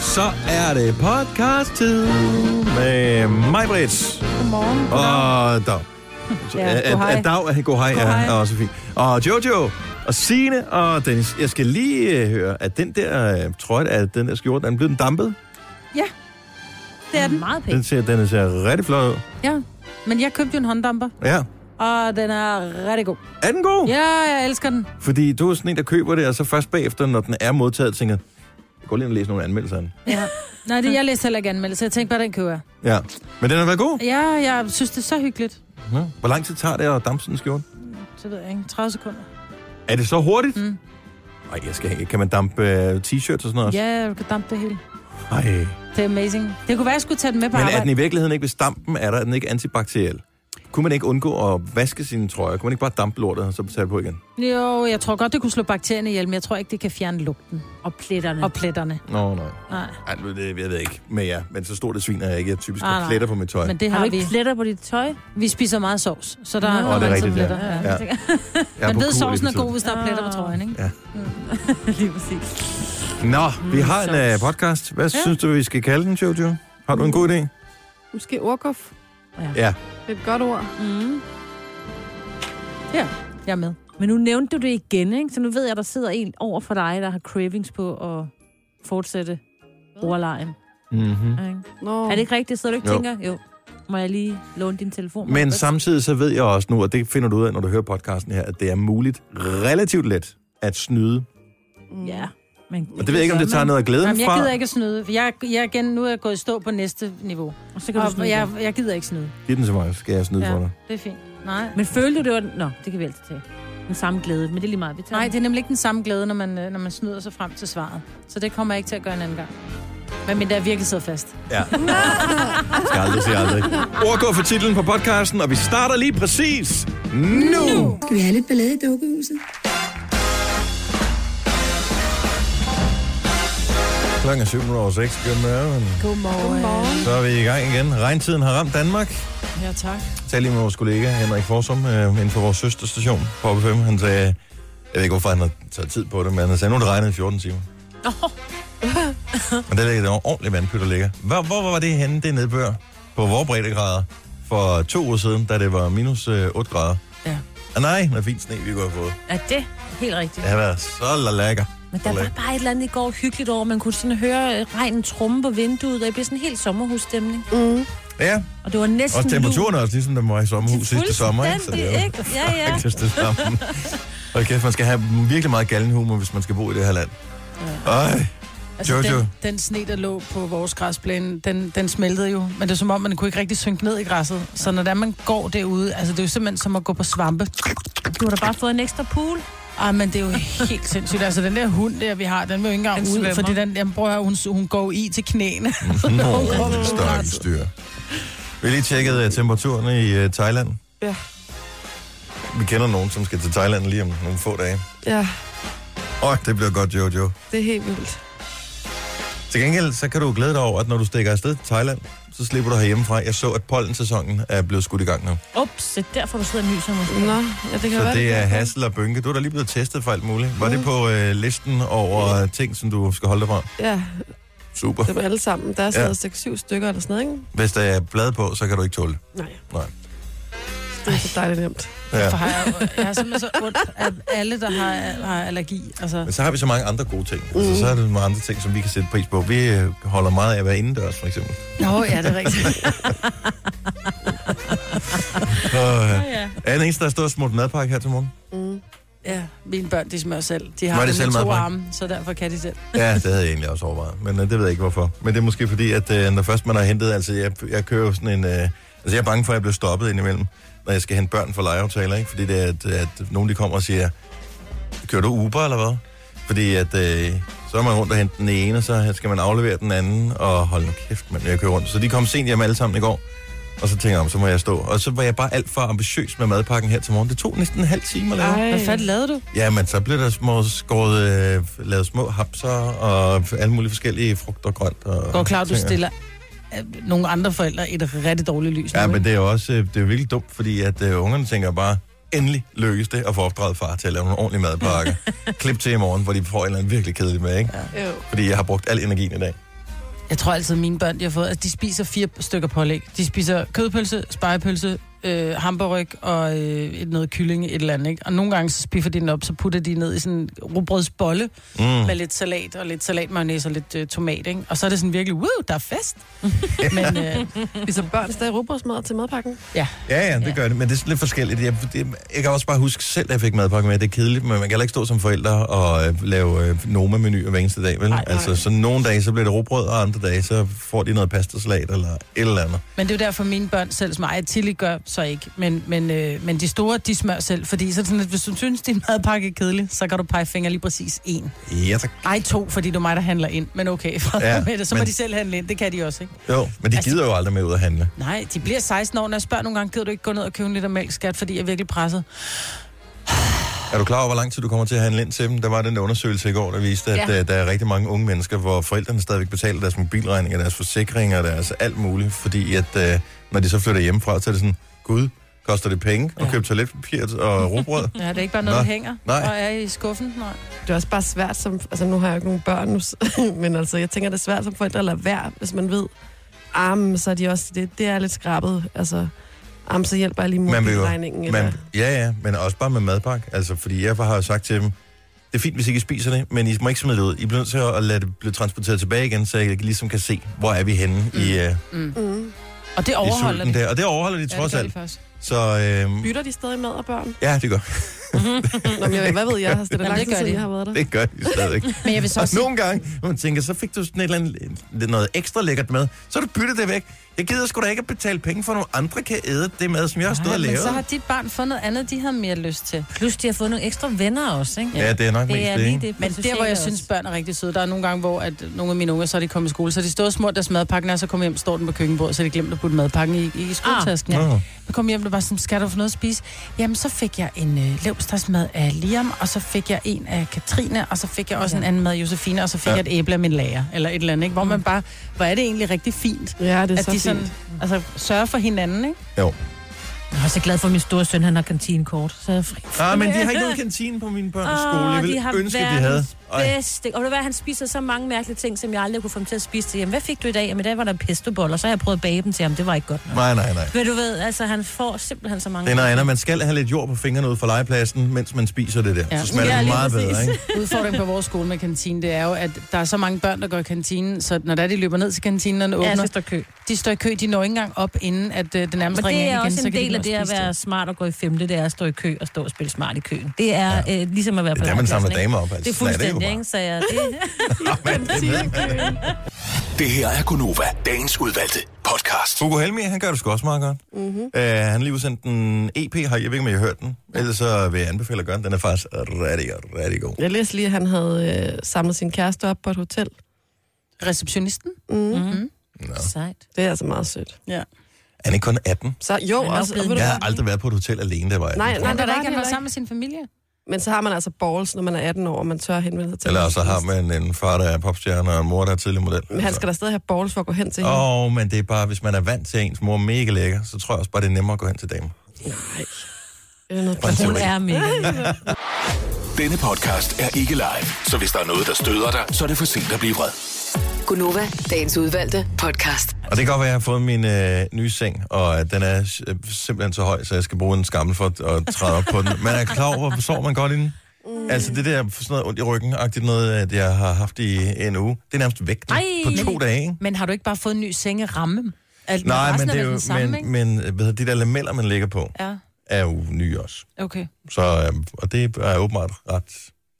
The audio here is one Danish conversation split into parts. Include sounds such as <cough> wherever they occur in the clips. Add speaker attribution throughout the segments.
Speaker 1: Så er det podcast-tid med mig, Brits.
Speaker 2: Godmorgen.
Speaker 1: Og Dag.
Speaker 2: Ja,
Speaker 1: At-
Speaker 2: godhej.
Speaker 1: at Dag, han- godhej, ja,
Speaker 2: Godhej.
Speaker 1: er også fint. Og Jojo, og Sine og Dennis. Jeg skal lige øh, høre, at den der øh, trøje, at den der skjorte, er den blevet dampet?
Speaker 2: Ja, det er den.
Speaker 3: Meget
Speaker 1: Den
Speaker 3: pænt.
Speaker 1: ser, den ser rigtig flot ud.
Speaker 2: Ja. Men jeg købte jo en hånddamper,
Speaker 1: Ja.
Speaker 2: og den er rigtig god.
Speaker 1: Er den god?
Speaker 2: Ja, jeg elsker den.
Speaker 1: Fordi du er sådan en, der køber det, og så først bagefter, når den er modtaget, tænker, jeg går lige ind og læser nogle anmeldelser af den.
Speaker 2: Ja. <laughs> Nej, det, jeg læser heller ikke anmeldelse. Jeg tænkte bare, den køber jeg.
Speaker 1: Ja. Men den har været god.
Speaker 2: Ja, jeg synes, det er så hyggeligt.
Speaker 1: Ja. Hvor lang tid tager det at dampe sådan en skjorte?
Speaker 2: Så ved jeg ikke. 30 sekunder.
Speaker 1: Er det så hurtigt? Nej,
Speaker 2: Mm.
Speaker 1: jeg skal ikke. Kan man dampe øh, t-shirts og sådan noget? også?
Speaker 2: Ja, du kan dampe det hele.
Speaker 1: Ej.
Speaker 2: Det er amazing. Det kunne være, jeg skulle tage den med på
Speaker 1: Men er
Speaker 2: arbejde.
Speaker 1: den i virkeligheden ikke, hvis dampen er der, er den ikke antibakteriel? Kunne man ikke undgå at vaske sine trøjer? Kunne man ikke bare dampe lortet og så tage det på igen?
Speaker 2: Jo, jeg tror godt, det kunne slå bakterierne ihjel, men jeg tror ikke, det kan fjerne lugten
Speaker 3: Og pletterne.
Speaker 2: og pletterne.
Speaker 1: Nå, nej.
Speaker 2: Nej.
Speaker 1: Ej, nu, det, jeg ved ikke med jer, men så stort et svin er jeg ikke. Jeg har typisk
Speaker 2: Ah,
Speaker 1: ah,
Speaker 2: nej.
Speaker 1: pletter på mit tøj.
Speaker 2: Men det
Speaker 3: har du
Speaker 2: har vi.
Speaker 3: ikke pletter på dit tøj?
Speaker 2: Vi spiser meget sovs, så der
Speaker 3: Nå,
Speaker 2: er
Speaker 1: Åh, det
Speaker 2: altid
Speaker 1: er rigtigt, ja.
Speaker 2: pletter. Ja.
Speaker 1: Ja. Jeg
Speaker 2: Man ved,
Speaker 1: på kur lige
Speaker 2: sovsen
Speaker 1: for
Speaker 2: er
Speaker 1: tiden.
Speaker 2: god, hvis der er pletter på trøjen, ikke?
Speaker 3: <laughs> Lige præcis.
Speaker 1: Nå,
Speaker 2: Mm,
Speaker 1: vi har en uh,
Speaker 3: sovs.
Speaker 1: podcast. Hvad ja. synes du, vi skal kalde den, Jojo? Har du en god idé?
Speaker 4: Måske ordkuff. Det
Speaker 1: Ja.
Speaker 4: er et godt ord.
Speaker 3: Mm.
Speaker 2: Jeg er med.
Speaker 3: Men nu nævnte du det igen, ikke? Så nu ved jeg, der sidder en over for dig, der har cravings på at fortsætte ordlejen.
Speaker 1: Mm-hmm.
Speaker 3: Ikke?
Speaker 4: Nå.
Speaker 3: Er det ikke rigtigt? Så du ikke
Speaker 1: Jo.
Speaker 3: jo. tænker, jo, må jeg lige låne din telefon?
Speaker 1: Men
Speaker 3: Marcus?
Speaker 1: samtidig så ved jeg også nu, og det finder du ud af, når du hører podcasten her, at det er muligt relativt let at snyde.
Speaker 4: Mm.
Speaker 3: Ja. Men
Speaker 1: Og det ved jeg ikke, om det tager noget af glæden
Speaker 2: Jamen, jeg gider
Speaker 1: fra.
Speaker 2: ikke at snyde. for Jeg, jeg igen, nu er jeg gået i stå på næste niveau.
Speaker 3: Og så kan du
Speaker 2: Og
Speaker 3: snyde
Speaker 2: jeg,
Speaker 3: jeg...
Speaker 2: jeg gider ikke snyde.
Speaker 1: Giv den til mig, så skal jeg snyde
Speaker 2: Ja.
Speaker 1: ja. for dig.
Speaker 2: Det er fint. Nej.
Speaker 3: Men følte du, det var... Nå, det kan vi altid tage. Den samme glæde, men det er lige meget, vi tager
Speaker 2: Nej,
Speaker 3: den.
Speaker 2: det er nemlig ikke den samme glæde, når man, øh, når man snyder sig frem til svaret. Så det kommer jeg ikke til at gøre en anden gang. Men min der virkelig sidder fast.
Speaker 1: Ja. <laughs> skal aldrig sige aldrig. Ord går for titlen på podcasten, og vi starter lige præcis nu. nu.
Speaker 5: Skal vi have lidt ballade i dukkehuset?
Speaker 1: Klokken er 7 over 6. Godmorgen.
Speaker 4: Godmorgen.
Speaker 1: Så er vi i gang igen. Regntiden har ramt Danmark.
Speaker 2: Ja, tak.
Speaker 1: talte lige med vores kollega Henrik Forsum øh, inden for vores søsterstation på Oppe 5. Han sagde, jeg ved ikke, hvorfor han har taget tid på det, men han sagde, nu har det regnet i 14 timer. men der ligger der ordentligt vandpyt, der ligger. Hvor, hvor var det henne, det nedbør? På vores breddegrader for to uger siden, da det var minus øh, 8 grader.
Speaker 2: Ja.
Speaker 1: Ah, nej, noget fint sne, vi kunne have fået.
Speaker 3: Er det helt rigtigt?
Speaker 1: Det har været så lækker.
Speaker 3: Men der var bare et eller andet i går hyggeligt over. Man kunne sådan høre øh, regnen trumme på vinduet, og det blev sådan en helt sommerhusstemning.
Speaker 1: Ja,
Speaker 3: Og det var næsten
Speaker 1: og temperaturen
Speaker 3: lun.
Speaker 1: er også ligesom, den var i sommerhus sidste sommer. Så det er jo-
Speaker 3: Fuldstændig, ikke? Ja, ja.
Speaker 1: <laughs> faktisk det samme. Og kæft, man skal have virkelig meget galgenhumor, hvis man skal bo i det her land. Ej,
Speaker 6: Altså,
Speaker 1: Jojo.
Speaker 6: Den, den sne, der lå på vores græsplæne, den, den smeltede jo. Men det er som om, man kunne ikke rigtig synke ned i græsset. Så når det er, man går derude, altså det er jo simpelthen som at gå på svampe.
Speaker 1: <laughs>
Speaker 3: Du har da bare fået en ekstra pool.
Speaker 6: Ah, men det er jo helt sindssygt. Altså den der hund der, vi har, den vil jo ikke engang
Speaker 3: Den
Speaker 6: ud,
Speaker 3: svømmer.
Speaker 6: fordi den, jamen, bror, hun, hun går jo i til knæene.
Speaker 1: nå, stakkels styr. Vi har lige tjekket uh, temperaturen i uh, Thailand.
Speaker 4: Ja.
Speaker 1: Vi kender nogen, som skal til Thailand lige om nogle få dage.
Speaker 4: Ja,
Speaker 1: Åh, det bliver godt, Jojo.
Speaker 4: det er helt vildt.
Speaker 1: Til gengæld, så kan du glæde dig over, at når du stikker afsted til Thailand, så slipper du herhjemmefra. Jeg så, at pollensæsonen er blevet skudt i gang nu. <laughs>
Speaker 3: Ups, så derfor du sidder og nyser måske.
Speaker 4: Nå, ja, det kan
Speaker 1: Så
Speaker 4: være.
Speaker 1: det er
Speaker 4: kan være. Mm.
Speaker 1: hassel og bønke. Du er da lige blevet testet for alt muligt. Var det på øh, listen over øh, ting, som du skal holde dig fra?
Speaker 4: Ja,
Speaker 1: Super.
Speaker 4: det var alle sammen. Der er
Speaker 1: Ja.
Speaker 4: stadig stik syv stykker eller sådan noget, ikke?
Speaker 1: Hvis der er blad på, så kan du ikke tåle det.
Speaker 4: Nej.
Speaker 1: Nej.
Speaker 4: Det er så dejligt nemt.
Speaker 1: Ja.
Speaker 6: For har jeg, jeg er simpelthen så ondt af alle, der har, har allergi. Altså,
Speaker 1: Men så har vi så mange andre gode ting. Mm. Altså, så er der mange andre ting, som vi kan sætte pris på. Vi øh, holder meget af at være indendørs, for eksempel.
Speaker 6: nå, ja, det er rigtigt.
Speaker 1: Og, øh, er den eneste, der har stået og smurt madpakke her til morgen?
Speaker 6: Ja, mine børn, de smører selv. De
Speaker 1: Var
Speaker 6: har
Speaker 1: det
Speaker 6: det
Speaker 1: selv
Speaker 6: med to
Speaker 1: madpakke?
Speaker 6: arme, så derfor kan de selv.
Speaker 1: Ja, det havde jeg egentlig også overvejet, men øh, det ved jeg ikke hvorfor. Men det er måske fordi, at øh, når først man har hentet, altså jeg, jeg kører jo sådan en, øh, altså jeg er bange for, at jeg bliver stoppet indimellem, når jeg skal hente børn for legeaftaler, ikke? Fordi det er, at, at nogen de kommer og siger, kører du Uber eller hvad? Fordi at, øh, så er man rundt og hente den ene, og så skal man aflevere den anden, og hold nu kæft, man, jeg kører rundt. Så de kom sent hjem alle sammen i går, og så tænker jeg, "Nå, så må jeg stå. Og så var jeg bare alt for ambitiøs med madpakken her til morgen. Det tog næsten en halv time at lave.
Speaker 4: Ej.
Speaker 6: Hvad fanden lavede du?
Speaker 1: Jamen, så blev der små skåret, øh, lavet små hapser og alle mulige forskellige frugt og grønt. Og
Speaker 6: Godt klart, du
Speaker 1: ting.
Speaker 6: stiller øh, nogle andre forældre et rigtig dårligt lys. nu,
Speaker 1: Ja,
Speaker 6: ikke?
Speaker 1: men det er jo også øh, det er jo virkelig dumt, fordi at øh, ungerne tænker bare, endelig lykkes det at få opdraget far til at lave nogle ordentlige madpakker. Klip til i morgen, hvor de får en eller anden virkelig kedelig med, ikke?
Speaker 4: Jo.
Speaker 1: Fordi jeg har brugt al energien i dag.
Speaker 6: Jeg tror altid, at mine børn de har fået... Altså, de spiser fire stykker pålæg. De spiser kødpølse, spejepølse, øh, hamburg og øh, et- noget kylling, et eller andet. Ikke? Og nogle gange så spiffer de den op, så putter de den ned i sådan en rugbrødsbolle mm. med
Speaker 1: Mm.
Speaker 6: lidt salat og lidt salatmayonnaise og lidt øh, tomat. Ikke? Og så er det sådan virkelig, wow, der er fest. Men øh,
Speaker 4: Spiser
Speaker 3: ligesom-
Speaker 4: børn stadig rugbrødsmad til madpakken?
Speaker 1: Ja, ja, det
Speaker 2: Ja.
Speaker 1: gør det, men det er sådan lidt forskelligt. Jeg, det, jeg kan også bare huske selv, at jeg fik madpakke med, at det er kedeligt, men man kan heller ikke stå som forældre og øh, lave øh, Noma-menuer hver eneste dag, vel?
Speaker 6: Nej, nej.
Speaker 1: altså, så nogle dage, så bliver det råbrød, og andre dage, så får de noget pastasalat eller et eller andet.
Speaker 6: Men det er jo derfor, mine børn selv smager. Ej, Tilly gør så ikke. Men, men, øh, men de store, de smører selv. Fordi så er det sådan, at hvis du synes, din madpakke er kedelig, så kan du pege fingre lige præcis en.
Speaker 1: Ja, tak.
Speaker 6: Ej, to, fordi du er mig, der handler ind. Men okay, <laughs> fred
Speaker 1: Ja,
Speaker 6: ja, med det. Så må
Speaker 1: men-
Speaker 6: men... de selv handle ind. Det kan de også, ikke?
Speaker 1: Jo, men de
Speaker 6: Altså-
Speaker 1: gider jo aldrig med ud at handle.
Speaker 6: Nej, de bliver 16 år, når jeg spørger nogle gange, gider du ikke gå ned og købe en liter mælk, skat, fordi jeg er virkelig presset.
Speaker 1: Er du klar over, hvor lang tid du kommer til at handle ind til dem? Der var den der undersøgelse i går, der viste, at ja. der er rigtig mange unge mennesker, hvor forældrene stadigvæk betaler deres mobilregninger, deres forsikringer, deres alt muligt, fordi at øh, når de så flytter hjemmefra, så er det sådan, gud, koster det penge at
Speaker 6: Ja.
Speaker 1: købe toiletpapir og
Speaker 6: <laughs>
Speaker 1: råbrød?
Speaker 6: Ja, det er ikke bare
Speaker 1: noget,
Speaker 6: noget,
Speaker 1: Nå.
Speaker 6: der hænger
Speaker 1: der Nej. og
Speaker 6: og er i skuffen. Nej.
Speaker 4: Det er også bare svært som... Altså, nu har jeg jo ikke nogen børn nu, så- <laughs> men altså, jeg tænker, det er svært som forældre at lade være, hvis man ved, armen, så er de også... Det, det er lidt skrabet, altså... Armen, så hjælper jeg lige mor
Speaker 1: Man vil jo-
Speaker 4: med regningen.
Speaker 1: Men,
Speaker 4: eller-
Speaker 1: ja, ja, men også bare med madpakke. Altså, fordi jeg har jo sagt til dem, det er fint, hvis I ikke spiser det, men I må ikke smide det ud. I bliver nødt til at lade det blive transporteret tilbage igen, så I ligesom kan se, hvor er vi henne mm. i, uh,
Speaker 6: Mm.
Speaker 4: Mm.
Speaker 6: Og det
Speaker 1: i
Speaker 6: overholder
Speaker 1: sulten
Speaker 6: de.
Speaker 1: der. Og det overholder de
Speaker 6: Ja,
Speaker 1: trods
Speaker 6: det gør de
Speaker 1: alt.
Speaker 6: <laughs> først.
Speaker 1: Så øhm,
Speaker 4: Bytter de stadig mad og børn?
Speaker 1: ja, det gør <laughs>
Speaker 4: Nå, men jeg, hvad ved jeg? Altså, det er da
Speaker 6: Jamen,
Speaker 4: lang
Speaker 6: det
Speaker 4: tid,
Speaker 6: gør
Speaker 4: siden
Speaker 6: de.
Speaker 4: jeg har været der.
Speaker 1: Det gør de stadigvæk.
Speaker 6: Men jeg vil <laughs> så
Speaker 1: Og
Speaker 6: også sige,
Speaker 1: nogle gange, når man tænker, så fik du sådan et eller andet, lidt noget ekstra lækkert med, så har du byttet det væk. Jeg gider sgu da ikke at betale penge for, at nogle andre kan æde det mad, som jeg har stået og
Speaker 6: Nej, men
Speaker 1: lavet.
Speaker 6: så har dit barn fundet noget andet, de havde mere lyst til.
Speaker 3: Plus, de har fået nogle ekstra venner også, ikke?
Speaker 1: Ja, det er nok
Speaker 3: Det
Speaker 1: mest
Speaker 3: er
Speaker 1: det,
Speaker 3: lige
Speaker 1: ikke?
Speaker 3: det. på
Speaker 6: Men der, hvor
Speaker 3: sociale
Speaker 6: jeg
Speaker 3: også.
Speaker 6: synes, børn er rigtig søde, der er nogle gange, hvor at nogle af mine unger, så er de kommet i skole, så de står smurt deres madpakken, er, så kommer hjem, står den på køkkenbordet, så de glemte at putte madpakken i, i skoletasken. Ah. Ja.
Speaker 1: Nå.
Speaker 6: Så kom hjem, og bare sådan, skal du få noget at spise? Jamen, så fik jeg en øh, levstagsmad af Liam, og så fik jeg en af Katrine, og så fik jeg også
Speaker 3: Ja.
Speaker 6: en anden mad af Josefine, og så fik
Speaker 1: Ja.
Speaker 6: ja. jeg et æble af min lærer, eller et eller andet, ikke? Hvor man bare, hvor er det egentlig rigtig fint,
Speaker 4: Ja, det er
Speaker 6: at
Speaker 4: så
Speaker 6: de
Speaker 4: fint.
Speaker 6: sådan, altså, sørger for hinanden, ikke?
Speaker 3: Jeg er så glad for, at min store søn han har kantinekort, så er jeg fri.
Speaker 1: Ah, men de har ikke
Speaker 3: <laughs>
Speaker 1: noget kantine på mine børns
Speaker 3: Åh,
Speaker 1: skole. Jeg
Speaker 3: de
Speaker 1: ville
Speaker 3: har
Speaker 1: ønske, de havde.
Speaker 3: verdens
Speaker 1: Ej,
Speaker 3: bedste. Og det var, han spiser så mange mærkelige ting, som jeg aldrig kunne få ham til at spise til. Jamen, hvad fik du i dag? Jamen, i dag var der pestoboller, så har jeg prøvet at bage dem til ham. Det var ikke godt.
Speaker 1: nej, nej, nej.
Speaker 3: Men du ved, altså, han får simpelthen så mange...
Speaker 1: Det er noget andet. Man skal have lidt jord på fingrene ud fra legepladsen, mens man spiser det der.
Speaker 6: Ja.
Speaker 1: Så smager
Speaker 3: Ja,
Speaker 1: det
Speaker 3: lige
Speaker 1: meget bedre,
Speaker 3: præcis.
Speaker 1: ikke?
Speaker 6: Udfordringen på vores skole med kantinen, det er jo, at der er så mange børn, der går i kantinen, så når der er, de løber ned til kantinen, og den åbner,
Speaker 3: Ja, så står kø.
Speaker 6: de står i kø, de når ikke engang op, inden at øh, det nærmest
Speaker 3: Men
Speaker 6: ringer
Speaker 3: det er
Speaker 6: ind igen,
Speaker 3: også en
Speaker 6: så kan
Speaker 3: del
Speaker 6: de
Speaker 3: af det at
Speaker 6: spise
Speaker 3: være smart og gå i femte, det er at stå i kø og stå og spille smart i køen. Det er ja. øh, ligesom at være på
Speaker 1: Det er der, man
Speaker 3: legepladsen,
Speaker 1: samler
Speaker 3: ikke?
Speaker 1: damer op. Altså.
Speaker 3: Det er
Speaker 1: Sådan jo
Speaker 3: fuldstændig,
Speaker 1: bare. <laughs>
Speaker 3: ikke? Så jeg, det,
Speaker 5: Det her er Gunova, dagens udvalgte podcast.
Speaker 1: Hugo Helmi, han gør det sgu også meget godt. Mm-hmm. Uh, han har lige udsendt en EP her. Jeg ved ikke, om I har hørt den. Ellers så vil jeg anbefale at gøre den. Den er faktisk rigtig, rigtig god.
Speaker 4: Jeg læste lige, at han havde øh, samlet sin kæreste op på et hotel.
Speaker 6: Receptionisten?
Speaker 4: Mm. Mm.
Speaker 6: Mhm.
Speaker 3: Mhm. Sejt.
Speaker 4: Det er altså meget sødt.
Speaker 6: Ja.
Speaker 1: Han er ikke kun 18.
Speaker 4: Så jo,
Speaker 3: Han er
Speaker 4: også,
Speaker 3: blevet
Speaker 4: og ved du
Speaker 1: Jeg
Speaker 4: hvad?
Speaker 1: har aldrig været på et hotel alene, der var 18.
Speaker 4: Nej,
Speaker 1: tror
Speaker 4: nej,
Speaker 6: Han
Speaker 1: jeg.
Speaker 6: var
Speaker 4: det
Speaker 6: der ikke,
Speaker 4: var
Speaker 6: han
Speaker 4: de
Speaker 6: var
Speaker 4: heller
Speaker 6: sammen med sin familie.
Speaker 4: men så har man altså balls, når man er 18 år, og man tør henvende sig til
Speaker 1: Eller
Speaker 4: ham.
Speaker 1: så har man en far, der er popstjerne, og en mor, der er tidlig model.
Speaker 4: Men han skal da stadig have balls for at gå hen til hende.
Speaker 1: Åh, oh, men det er bare, hvis man er vant til, at ens mor er mega lækker, så tror jeg også bare, det er nemmere at gå hen til damer.
Speaker 4: Nej. Det er noget
Speaker 1: Bare en
Speaker 3: Hun
Speaker 1: teori.
Speaker 3: er mega.
Speaker 5: Denne podcast er ikke live, så hvis der er noget, der støder dig, så er det for sent at blive vred.
Speaker 7: Gunova, dagens udvalgte podcast.
Speaker 1: Og det kan godt være, at jeg har fået min øh, nye seng, og at den er øh, simpelthen så høj, så jeg skal bruge en skammel for at, at træde op på den. Man er klar over, hvor sover man godt inden? Mm. Altså det der sådan noget ondt i ryggen, agtigt noget, at jeg har haft i en uge, det er nærmest væk nu,
Speaker 6: Ej.
Speaker 1: på to dage, ikke?
Speaker 6: Men har du ikke bare fået en ny sengeramme? Alt,
Speaker 1: Nej,
Speaker 6: resten
Speaker 1: men
Speaker 6: er
Speaker 1: det er
Speaker 6: vel
Speaker 1: jo,
Speaker 6: den samme,
Speaker 1: men,
Speaker 6: ikke?
Speaker 1: men øh, hvad hedder, de der lameller, man ligger på,
Speaker 6: Ja,
Speaker 1: er jo nye også.
Speaker 6: okay.
Speaker 1: Så, øh, og det er åbenbart ret...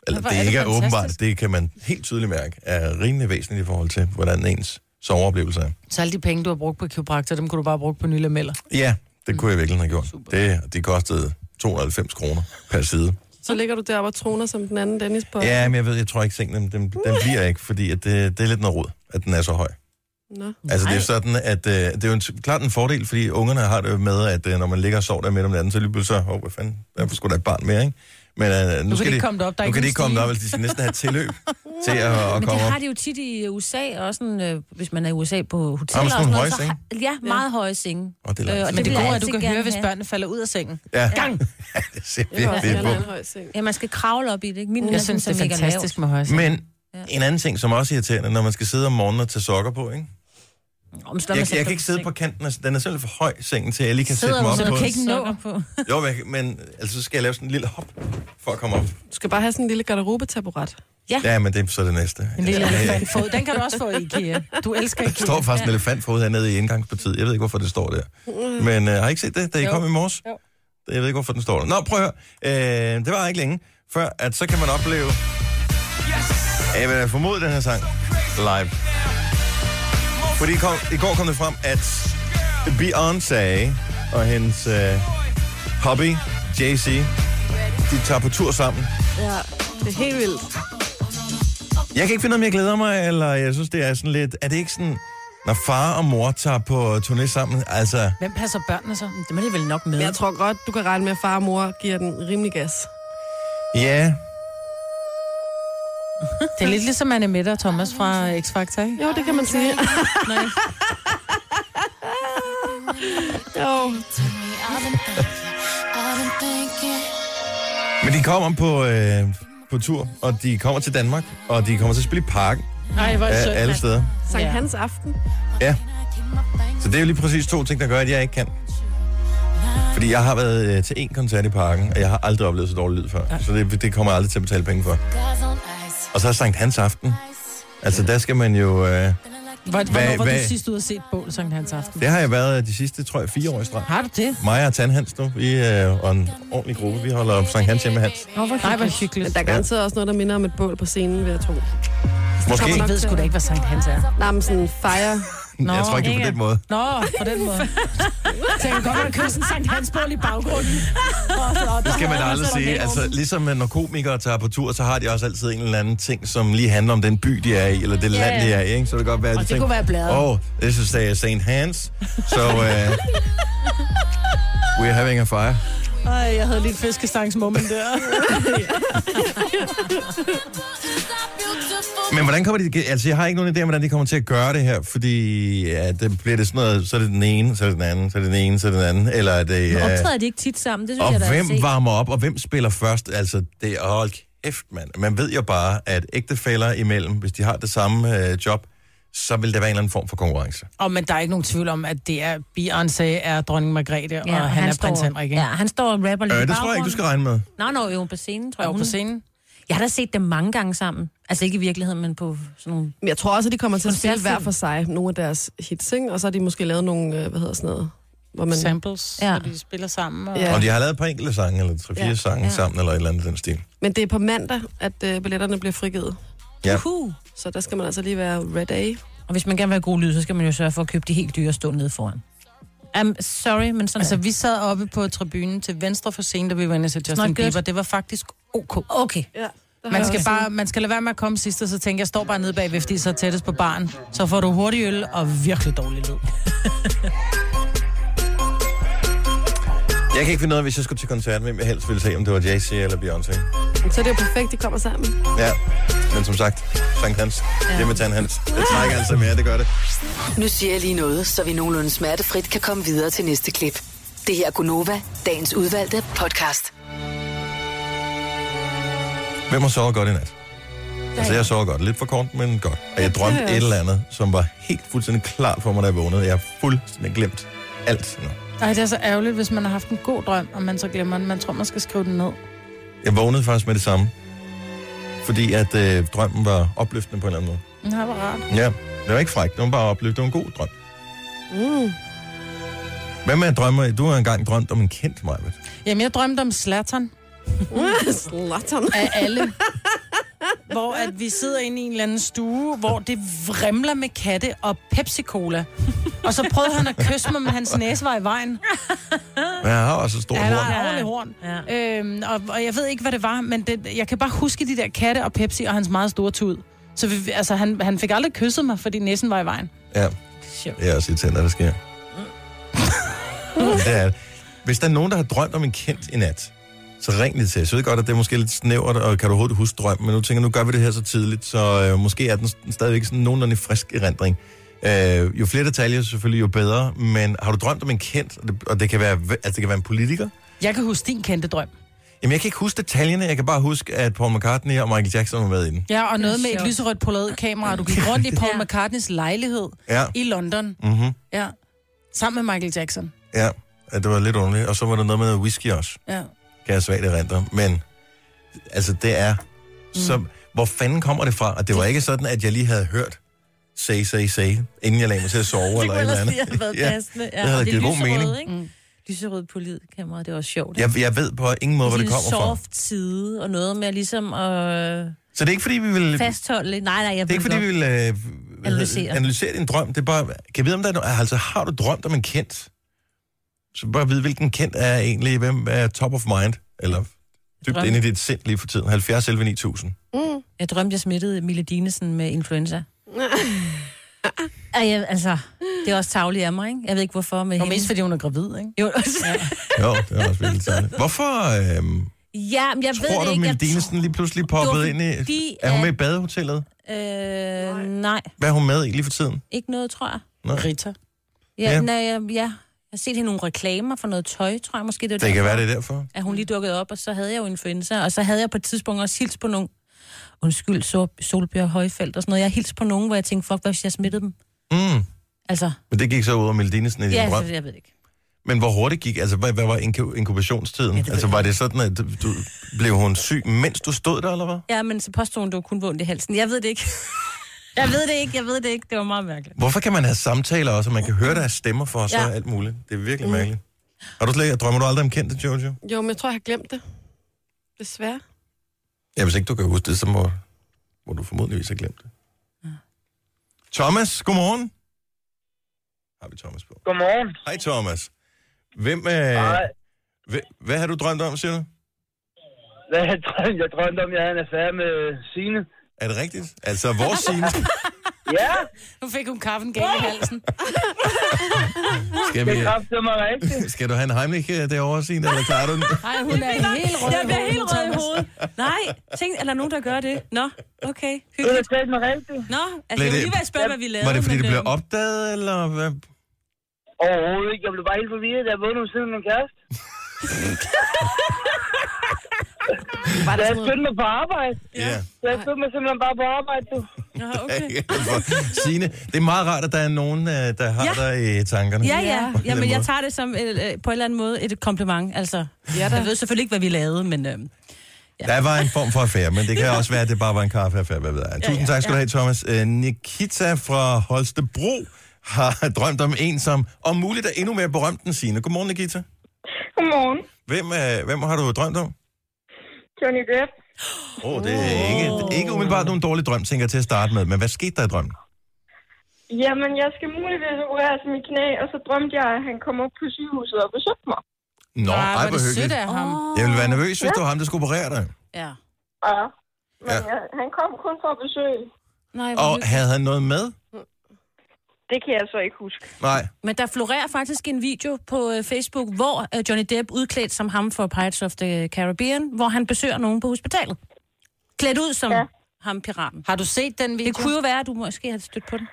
Speaker 1: Eller
Speaker 6: Hvor
Speaker 1: det
Speaker 6: er
Speaker 1: er
Speaker 6: det
Speaker 1: ikke er
Speaker 6: fantastisk.
Speaker 1: åbenbart, det kan man helt tydeligt mærke, er rimelig væsentligt i forhold til, hvordan ens soveoplevelse er.
Speaker 6: Så alle de penge, du har brugt på kiropraktor, dem kunne du bare bruge på nye lameller.
Speaker 1: Ja, det kunne jeg virkelig have gjort.
Speaker 6: Super.
Speaker 1: Det, det kostede 290 kroner per side.
Speaker 4: Så ligger du deroppe og troner som den anden Dennis på.
Speaker 1: Ja, men jeg ved, jeg tror ikke, sengen den, den, den bliver ikke, fordi at det, det er lidt noget rod, at den er så høj.
Speaker 4: Nå.
Speaker 1: Altså, det er sådan, at øh, det er jo en, klart en fordel, fordi ungerne har det jo med, at øh, når man ligger og sover der midt om natten, så lige pludselig så, åh, oh, hvad fanden, der er sgu da et barn mere, ikke? Men øh, nu,
Speaker 6: Nu, kan
Speaker 1: skal
Speaker 6: de
Speaker 1: de,
Speaker 6: ikke komme derop, der er
Speaker 1: nu kan de ikke komme
Speaker 6: nogen
Speaker 1: derop, altså de skal næsten have tilløb til at, at
Speaker 3: Men det
Speaker 1: komme op.
Speaker 3: har de jo tit i øh, USA, også sådan, øh, hvis man er i USA på hoteller.
Speaker 1: Ah,
Speaker 3: og
Speaker 1: men sådan
Speaker 3: sådan
Speaker 1: nogle
Speaker 3: noget,
Speaker 1: høje
Speaker 3: så har- Ja, meget høje senge.
Speaker 1: Åh, det er
Speaker 3: Øh,
Speaker 1: langt.
Speaker 3: og
Speaker 6: stige. Men det
Speaker 3: vil
Speaker 6: gode
Speaker 3: jeg
Speaker 6: er, at du
Speaker 3: altid
Speaker 6: kan høre,
Speaker 3: gerne
Speaker 6: hvis
Speaker 3: have.
Speaker 6: børnene falder ud af sengen.
Speaker 1: <laughs> Ja. Gang! det ser
Speaker 4: Jeg vil også
Speaker 1: virkelig
Speaker 4: gerne have
Speaker 1: vildt
Speaker 4: en høj seng.
Speaker 3: Ja, man skal kravle op i det, ikke? Min er
Speaker 6: Jeg synes, det
Speaker 3: sådan,
Speaker 6: er
Speaker 3: så mega lav.
Speaker 6: fantastisk med højre
Speaker 1: på. Men Ja. En anden ting, som også er irriterende, når man skal sidde om morgenen og tage sokker på, ikke?
Speaker 3: Om, så
Speaker 1: Jeg, jeg, jeg kan ikke sidde på kanten, af, den er selv for høj, sengen, til jeg lige kan
Speaker 2: Sidder
Speaker 1: sætte mig
Speaker 2: du,
Speaker 1: op
Speaker 2: så
Speaker 1: på.
Speaker 2: du kan
Speaker 1: den.
Speaker 2: ikke nå på.
Speaker 1: Jo, men, jeg- men altså, så skal jeg lave sådan en lille hop, for at komme op.
Speaker 4: Du skal bare have sådan en lille garderobetaburet.
Speaker 1: Ja, men det er så det næste.
Speaker 6: En lille
Speaker 1: Jeg- jeg-
Speaker 6: elefantfod. Den kan du også få i IKEA. Du elsker
Speaker 1: Der
Speaker 6: IKEA.
Speaker 1: står faktisk en elefant forud hernede i indgangspartiet. Jeg ved ikke, hvorfor det står der. Men øh, har I ikke set det, da I
Speaker 6: Mm. Jo.
Speaker 1: kom i morges?
Speaker 6: Jo.
Speaker 1: Jeg ved ikke, hvorfor den står der. Nå, prøv at høre. Øh, det var ikke længe, før at så kan man opleve... Jeg vil da formode den her sang live. Fordi i kom, i går kom det frem, at Beyoncé og hendes øh, hobby, Jay-Z, de tager på tur sammen.
Speaker 4: Ja, det er helt vildt.
Speaker 1: Jeg kan ikke finde, om jeg glæder mig, eller jeg synes, det er sådan lidt... Er det ikke sådan, når far og mor tager på turné sammen? Altså,
Speaker 6: Hvem passer børnene så?
Speaker 2: Det må de vel nok med.
Speaker 4: Men jeg tror godt, du kan regne med, at far og mor giver den rimelig gas.
Speaker 1: ja...
Speaker 2: Det er lidt ligesom Anne Mette og Thomas fra X-Factor, ikke?
Speaker 4: Jo, det kan man sige.
Speaker 2: Nej.
Speaker 4: jo.
Speaker 1: Men de kommer på, øh, på tur, og de kommer til Danmark, og de kommer til at spille i parken
Speaker 6: Nej, hvor er det
Speaker 1: af
Speaker 6: synd.
Speaker 1: alle
Speaker 6: mand.
Speaker 1: steder.
Speaker 4: Sankt
Speaker 6: Ja.
Speaker 4: Hans Aften.
Speaker 1: Så det er jo lige præcis to ting, der gør, at jeg ikke kan. Fordi jeg har været øh, til én koncert i parken, og jeg har aldrig oplevet så dårlig lyd før. Så det, det kommer jeg aldrig til at betale penge for. Og så er Sankt Hans Aften. Altså, der skal man jo... Øh,
Speaker 6: Hvor- Hvornår var
Speaker 1: hvad-
Speaker 6: du sidst ude og set bål Sankt Hans Aften?
Speaker 1: det har jeg været øh, de sidste, tror jeg, fire år i streg.
Speaker 6: Har du det?
Speaker 1: Mig og Tandhans nu, vi er øh, og en ordentlig gruppe. Vi holder Sankt Hans hjemme med Hans.
Speaker 6: Nej, hvor
Speaker 4: Men
Speaker 6: hyggeligt.
Speaker 4: der er garanteret også noget, der minder om et bål på scenen, vil jeg tro.
Speaker 1: Måske.
Speaker 6: Jeg
Speaker 4: nok
Speaker 6: ved
Speaker 4: til
Speaker 6: sgu da
Speaker 4: at-
Speaker 6: ikke, hvad Sankt
Speaker 3: <laughs>
Speaker 6: Hans er.
Speaker 4: Nej, men sådan fire.
Speaker 1: Nå, jeg tror ikke, det er på
Speaker 2: ikke.
Speaker 1: den måde.
Speaker 6: <laughs> Nå, på den måde. Så jeg kan godt være købe sådan en Sankt Hans bål i baggrunden.
Speaker 1: Det skal man aldrig sige. Altså, ligesom øh, når komikere tager på tur, så har de også altid en eller anden ting, som lige handler om den by, de er i, eller det yeah. land, de er i. Ikke? Så det kan godt være, at de
Speaker 6: det kunne være bladet.
Speaker 1: Oh, this is uh, St. Hans. So, uh, we're having a fire.
Speaker 6: Ej, jeg havde lige et fiskestangsmoment <laughs> der.
Speaker 1: Men hvordan kommer de... Altså, jeg har ikke nogen idé om, hvordan de kommer til at gøre det her, fordi ja, det bliver det sådan noget, så er det den ene, så er det den anden, så er det den ene, så er det den anden, eller er det... øh,
Speaker 3: Optræder de ikke tit sammen? Det synes
Speaker 1: Og
Speaker 3: jeg, der er
Speaker 1: hvem
Speaker 3: set.
Speaker 1: varmer op, og hvem spiller først? Altså, det er hold kæft, mand. Man ved jo bare, at ægtefæller imellem, hvis de har det samme øh, job, så vil der være en eller anden form for konkurrence.
Speaker 6: Og men der er ikke nogen tvivl om, at det er Beyoncé er dronning Margrethe, ja, og han, han er
Speaker 3: står,
Speaker 6: prins Henrik. ikke?
Speaker 3: Ja, han står og rapper lidt
Speaker 1: Øh,
Speaker 3: i
Speaker 1: det tror jeg ikke, du
Speaker 3: baggrunden.
Speaker 1: skal regne med.
Speaker 3: Nå, nå, jo, på scenen, tror jeg.
Speaker 6: Er jo
Speaker 3: Hun...
Speaker 6: på scenen.
Speaker 3: Jeg har da set dem mange gange sammen. Altså ikke i virkeligheden, men på sådan nogle...
Speaker 4: Men jeg tror også, at de kommer til at spille
Speaker 3: Koncertfilm.
Speaker 4: hver for sig nogle af deres hits, ikke? Og så har de måske lavet nogle, øh, hvad hedder sådan noget, hvor man...
Speaker 6: Samples,
Speaker 3: Ja.
Speaker 6: ja. hvor de spiller sammen. Og...
Speaker 4: Ja.
Speaker 1: Og de har lavet et par enkelte sange, eller tre-fire
Speaker 4: Ja,
Speaker 1: sange
Speaker 3: ja.
Speaker 1: sammen, eller et eller andet i den stil.
Speaker 4: Men det er på mandag, at øh, billetterne bliver frigivet.
Speaker 1: Ja.
Speaker 3: Uhu.
Speaker 4: Så der skal man altså lige være ready.
Speaker 3: Og hvis man gerne vil have god lyd, så skal man jo sørge for at købe de helt dyre og stå nede foran. I'm sorry, men sådan
Speaker 6: Altså, vi sad oppe på tribunen til venstre for scenen, da vi var inde til
Speaker 3: Not
Speaker 6: Justin
Speaker 3: good.
Speaker 6: Bieber. Det var faktisk ok.
Speaker 3: Okay.
Speaker 4: Ja.
Speaker 6: Man skal, bare, man skal lade være med at komme sidst, og så tænke, jeg står bare nede bagved, fordi så er tættest på baren. Så får du hurtig øl og virkelig dårlig lyd.
Speaker 1: Jeg kan ikke finde ud af, hvis jeg skulle til koncert, hvem jeg helst ville se, om det var Jay-Z eller Beyoncé.
Speaker 4: Så er det jo perfekt, de kommer sammen.
Speaker 1: Ja, men som sagt, Sankt Hans, ja. det med Tan Hans. Det trækker altså mere, det gør det.
Speaker 7: Nu siger jeg lige noget, så vi nogenlunde smertefrit kan komme videre til næste klip. Det her er Gunova, dagens udvalgte podcast.
Speaker 1: Hvem har sovet godt i nat? Altså, jeg sover godt. Lidt for kort, men godt. Og jeg drømte
Speaker 4: jeg
Speaker 1: et
Speaker 4: også.
Speaker 1: eller andet, som var helt fuldstændig klart for mig, da jeg vågnede. Jeg har fuldstændig glemt alt nu.
Speaker 6: Ej, det er så ærgerligt, hvis man har haft en god drøm, og man så glemmer den. Man tror, man skal skrive den ned.
Speaker 1: Jeg vågnede faktisk med det samme. Fordi at øh, drømmen var opløftende på en eller anden
Speaker 6: Nej, hvor rart.
Speaker 1: måde. Ja, det var ikke frækt. Det var bare opløftende. Det var en god drøm.
Speaker 4: Mm.
Speaker 1: Hvad med drømmer? Du har engang drømt om en kendt mig.
Speaker 6: Jamen, jeg drømte om Slattern
Speaker 4: <laughs> Slattern.
Speaker 6: af alle. hvor at vi sidder inde i en eller anden stue, hvor det vrimler med katte og Pepsi-Cola. Og så prøvede han at kysse mig, men hans næse var i vejen.
Speaker 1: Men jeg har også et stort
Speaker 6: Han
Speaker 1: horn.
Speaker 6: har et ordentligt horn.
Speaker 3: Ja.
Speaker 6: Øhm, og, og jeg ved ikke, hvad det var, men det, jeg kan bare huske de der katte og Pepsi og hans meget store tud. Så vi, altså, han, han fik aldrig kysset mig, fordi næsen var i vejen.
Speaker 1: Ja,
Speaker 3: Sjovt.
Speaker 1: det er også irriterende, at det sker. <laughs> det er, det. hvis der er nogen, der har drømt om en kendt i nat, så ring lige til os. Jeg ved godt, at det er måske lidt snævert, og kan du overhovedet huske drømmen, men nu tænker jeg, nu gør vi det her så tidligt, så øh, måske er den st- stadigvæk sådan nogenlunde frisk erindring. Øh, jo flere detaljer, selvfølgelig jo bedre, men har du drømt om en kendt, og det, og det kan være, hv- altså det kan være en politiker,
Speaker 6: Jeg kan huske din kendte drøm.
Speaker 1: Jamen, jeg kan ikke huske detaljerne. Jeg kan bare huske, at Paul McCartney og Michael Jackson var med i den.
Speaker 6: Ja, og noget med et
Speaker 8: sjovt.
Speaker 6: lyserødt polaret kamera, og du <laughs> gik rundt i Paul McCartneys lejlighed
Speaker 1: Ja.
Speaker 6: i London.
Speaker 1: Mm-hmm.
Speaker 6: Ja. Sammen med Michael Jackson.
Speaker 1: Ja, at det var lidt underligt. Og så var der noget med noget whisky også,
Speaker 6: Ja.
Speaker 1: kan jeg svagt erindre. Men, altså, det er...
Speaker 3: Mm.
Speaker 1: Så, Hvor fanden kommer det fra? Og det var ikke sådan, at jeg lige havde hørt say, say, say, inden jeg lagde mig til at sove eller et eller andet.
Speaker 3: <laughs> Det har været
Speaker 1: <laughs> Ja.
Speaker 3: passende. Ja,
Speaker 1: det havde
Speaker 3: og
Speaker 1: givet god
Speaker 3: lyserød,
Speaker 1: mening.
Speaker 3: Ikke? Mm. Lyserød politkamera, det var også sjovt.
Speaker 1: Jeg, jeg ved på ingen måde, hvor det kommer fra.
Speaker 3: soft side, og noget med ligesom at
Speaker 1: Så det er ikke, fordi vi vil...
Speaker 3: fastholde... lidt- Nej, nej, jeg
Speaker 1: Det er ikke, fordi vi vil øh, hvad
Speaker 3: Analysere.
Speaker 1: hedder det? analysere din drøm. Det er bare, kan jeg vide, om der er noget, altså har du drømt om en kendt? Så bare vide, hvilken kendt er egentlig, hvem er top of mind, eller dybt
Speaker 3: Drøm.
Speaker 1: inde i dit sind lige for tiden. 70 11 9000.
Speaker 3: Jeg drømte, jeg smittede Mille Dinesen med influenza. Ej, jeg, altså, det er også tavligt af mig, ikke? Jeg ved ikke, hvorfor med
Speaker 6: Og
Speaker 3: hende.
Speaker 6: mest fordi hun er gravid, ikke?
Speaker 3: Jo, altså, ja.
Speaker 1: Jo, det var også virkelig
Speaker 3: <laughs>
Speaker 1: særligt. Hvorfor øh,
Speaker 3: ja, men jeg
Speaker 1: tror
Speaker 3: ved det
Speaker 1: du, at
Speaker 3: ikke.
Speaker 1: Mille
Speaker 3: Jeg
Speaker 1: Dinesen lige pludselig poppede
Speaker 3: Det
Speaker 1: ind
Speaker 3: var
Speaker 1: i...
Speaker 3: fordi,
Speaker 1: Er hun
Speaker 3: at-
Speaker 1: med i badehotellet?
Speaker 3: tror- Øh, nej,
Speaker 1: Hvad er hun med i lige for tiden?
Speaker 3: ikke noget, tror jeg.
Speaker 6: Rita.
Speaker 3: Ja,
Speaker 1: Ja.
Speaker 3: ja. Nej, jeg, ja. jeg har set hende nogle reklamer for noget tøj, tror jeg måske. Det, var
Speaker 1: Det kan
Speaker 3: derfor,
Speaker 1: være, det er derfor.
Speaker 3: At hun lige dukkede op, og så havde jeg jo influenza. Og så havde jeg på et tidspunkt også hils på nogen. Undskyld, Sol- Solbjerg Højfeldt og sådan noget. Jeg hils på nogen, hvor jeg tænkte, fuck, hvad hvis jeg smittede dem?
Speaker 1: Mm.
Speaker 3: Altså,
Speaker 1: Men det gik så ud af Mille Dinesen i din
Speaker 3: ja,
Speaker 1: drøm.
Speaker 3: så, jeg ved det ikke.
Speaker 1: Men hvor hurtigt gik, altså hvad, hvad var inku- inkubationstiden? Ja, altså var det sådan, at du, blev hun syg, mens du stod der, eller hvad?
Speaker 3: Ja, men så påstod hun, det var kun vundt i halsen. Jeg ved det ikke. <laughs> jeg ved det ikke, jeg ved det ikke. Det var meget mærkeligt.
Speaker 1: Hvorfor kan man have samtaler også, og man kan høre deres stemmer for os ja. Mm. og alt muligt? Det er virkelig mærkeligt. Har du slet, drømmer du aldrig om kendte, Jojo?
Speaker 4: Jo, men jeg tror, jeg har glemt det. Desværre.
Speaker 1: Ja, hvis ikke du kan huske det, så må, må du formodentligvis have glemt det. Thomas, godmorgen. Har vi Thomas på?
Speaker 9: Godmorgen.
Speaker 1: Hej Thomas. Hvem, øh, hvad, hvad har du drømt om, siger du?
Speaker 9: Hvad jeg drømte, jeg drømte om, jeg havde en affære med øh, Signe.
Speaker 1: Er det rigtigt? Altså, vores Signe.
Speaker 9: Ja,
Speaker 6: Nu fik hun kaffen galt i halsen.
Speaker 1: Skal,
Speaker 9: det
Speaker 1: vi,
Speaker 9: kræftede mig rigtigt.
Speaker 1: <laughs> skal du have en heimlich øh, derovre, Signe, eller klarer du den?
Speaker 6: Nej, hun er helt rød.
Speaker 3: Jeg bliver helt rød i
Speaker 6: Thomas.
Speaker 3: hovedet. Nej, tænk, er der nogen, der gør det? Nå, okay.
Speaker 9: Du har
Speaker 3: Hyggeligt.
Speaker 9: talt mig rigtigt.
Speaker 3: Nå, altså,
Speaker 1: Blev
Speaker 3: jeg var
Speaker 1: det-
Speaker 3: lige ved at spørge, hvad vi lavede.
Speaker 1: Var det, fordi
Speaker 3: men,
Speaker 1: det blev
Speaker 3: øhm,
Speaker 1: opdaget, eller hvad?
Speaker 9: Overhovedet ikke. Jeg blev bare helt forvirret, da jeg vågnede ved siden af min <laughs> kæreste.
Speaker 4: Var
Speaker 9: Da jeg
Speaker 4: det sådan noget?
Speaker 9: skyndte mig på arbejde.
Speaker 1: Ja.
Speaker 9: Da jeg skyndte mig simpelthen bare på arbejde, du.
Speaker 3: Nå,
Speaker 1: <laughs>
Speaker 3: okay.
Speaker 1: Signe, det er meget rart, at der er nogen, øh, der har ja.
Speaker 3: Ja.
Speaker 1: dig i tankerne.
Speaker 3: Ja,
Speaker 1: På en
Speaker 3: ja.
Speaker 1: eller anden
Speaker 3: Jamen, jeg
Speaker 1: måde.
Speaker 3: tager det som øh, øh, på en eller anden måde et kompliment. Altså, ja, jeg ved selvfølgelig ikke, hvad vi lavede, men... Øh,
Speaker 1: Der var en form for affære, men det kan også være, at det bare var en kaffeaffære, hvad ved jeg. Tusind tak skal du have, Thomas. Øh, Nikita fra Holstebro har <laughs> drømt om en, som om muligt er endnu mere berømt end Signe. Godmorgen, Nikita.
Speaker 10: Godmorgen.
Speaker 1: Hvem, øh, hvem har du drømt om?
Speaker 10: Johnny Depp.
Speaker 1: Åh, oh, det er ikke, ikke umiddelbart nogen dårlig drøm, tænker jeg til at starte med. Men hvad skete der i drømmen?
Speaker 10: Jamen, jeg skal muligvis opereres i mit knæ, og så drømte jeg, at han kom op på sygehuset og besøgte mig.
Speaker 1: Nå,
Speaker 6: Nej,
Speaker 1: ej,
Speaker 6: var
Speaker 1: hvor
Speaker 6: det sødt
Speaker 1: hyggeligt.
Speaker 6: af ham.
Speaker 1: Jeg ville være nervøs, hvis det var ham, der skulle operere dig.
Speaker 6: Ja.
Speaker 10: Og, men
Speaker 1: Ja.
Speaker 10: ja. jeg, han kom kun for at besøge.
Speaker 3: nej, hvor
Speaker 1: Og
Speaker 3: hyggeligt.
Speaker 1: havde han noget med?
Speaker 10: Det kan jeg så ikke huske.
Speaker 1: Nej.
Speaker 3: men der florerer faktisk en video på øh, Facebook, hvor øh, Johnny Depp udklædt som ham for Pirates of the Caribbean, hvor han besøger nogen på hospitalet. Klædt ud som ja.
Speaker 10: Ja.
Speaker 3: ham piraten.
Speaker 6: Har du set den video?
Speaker 3: Det kunne jo være, at du måske har stødt på den.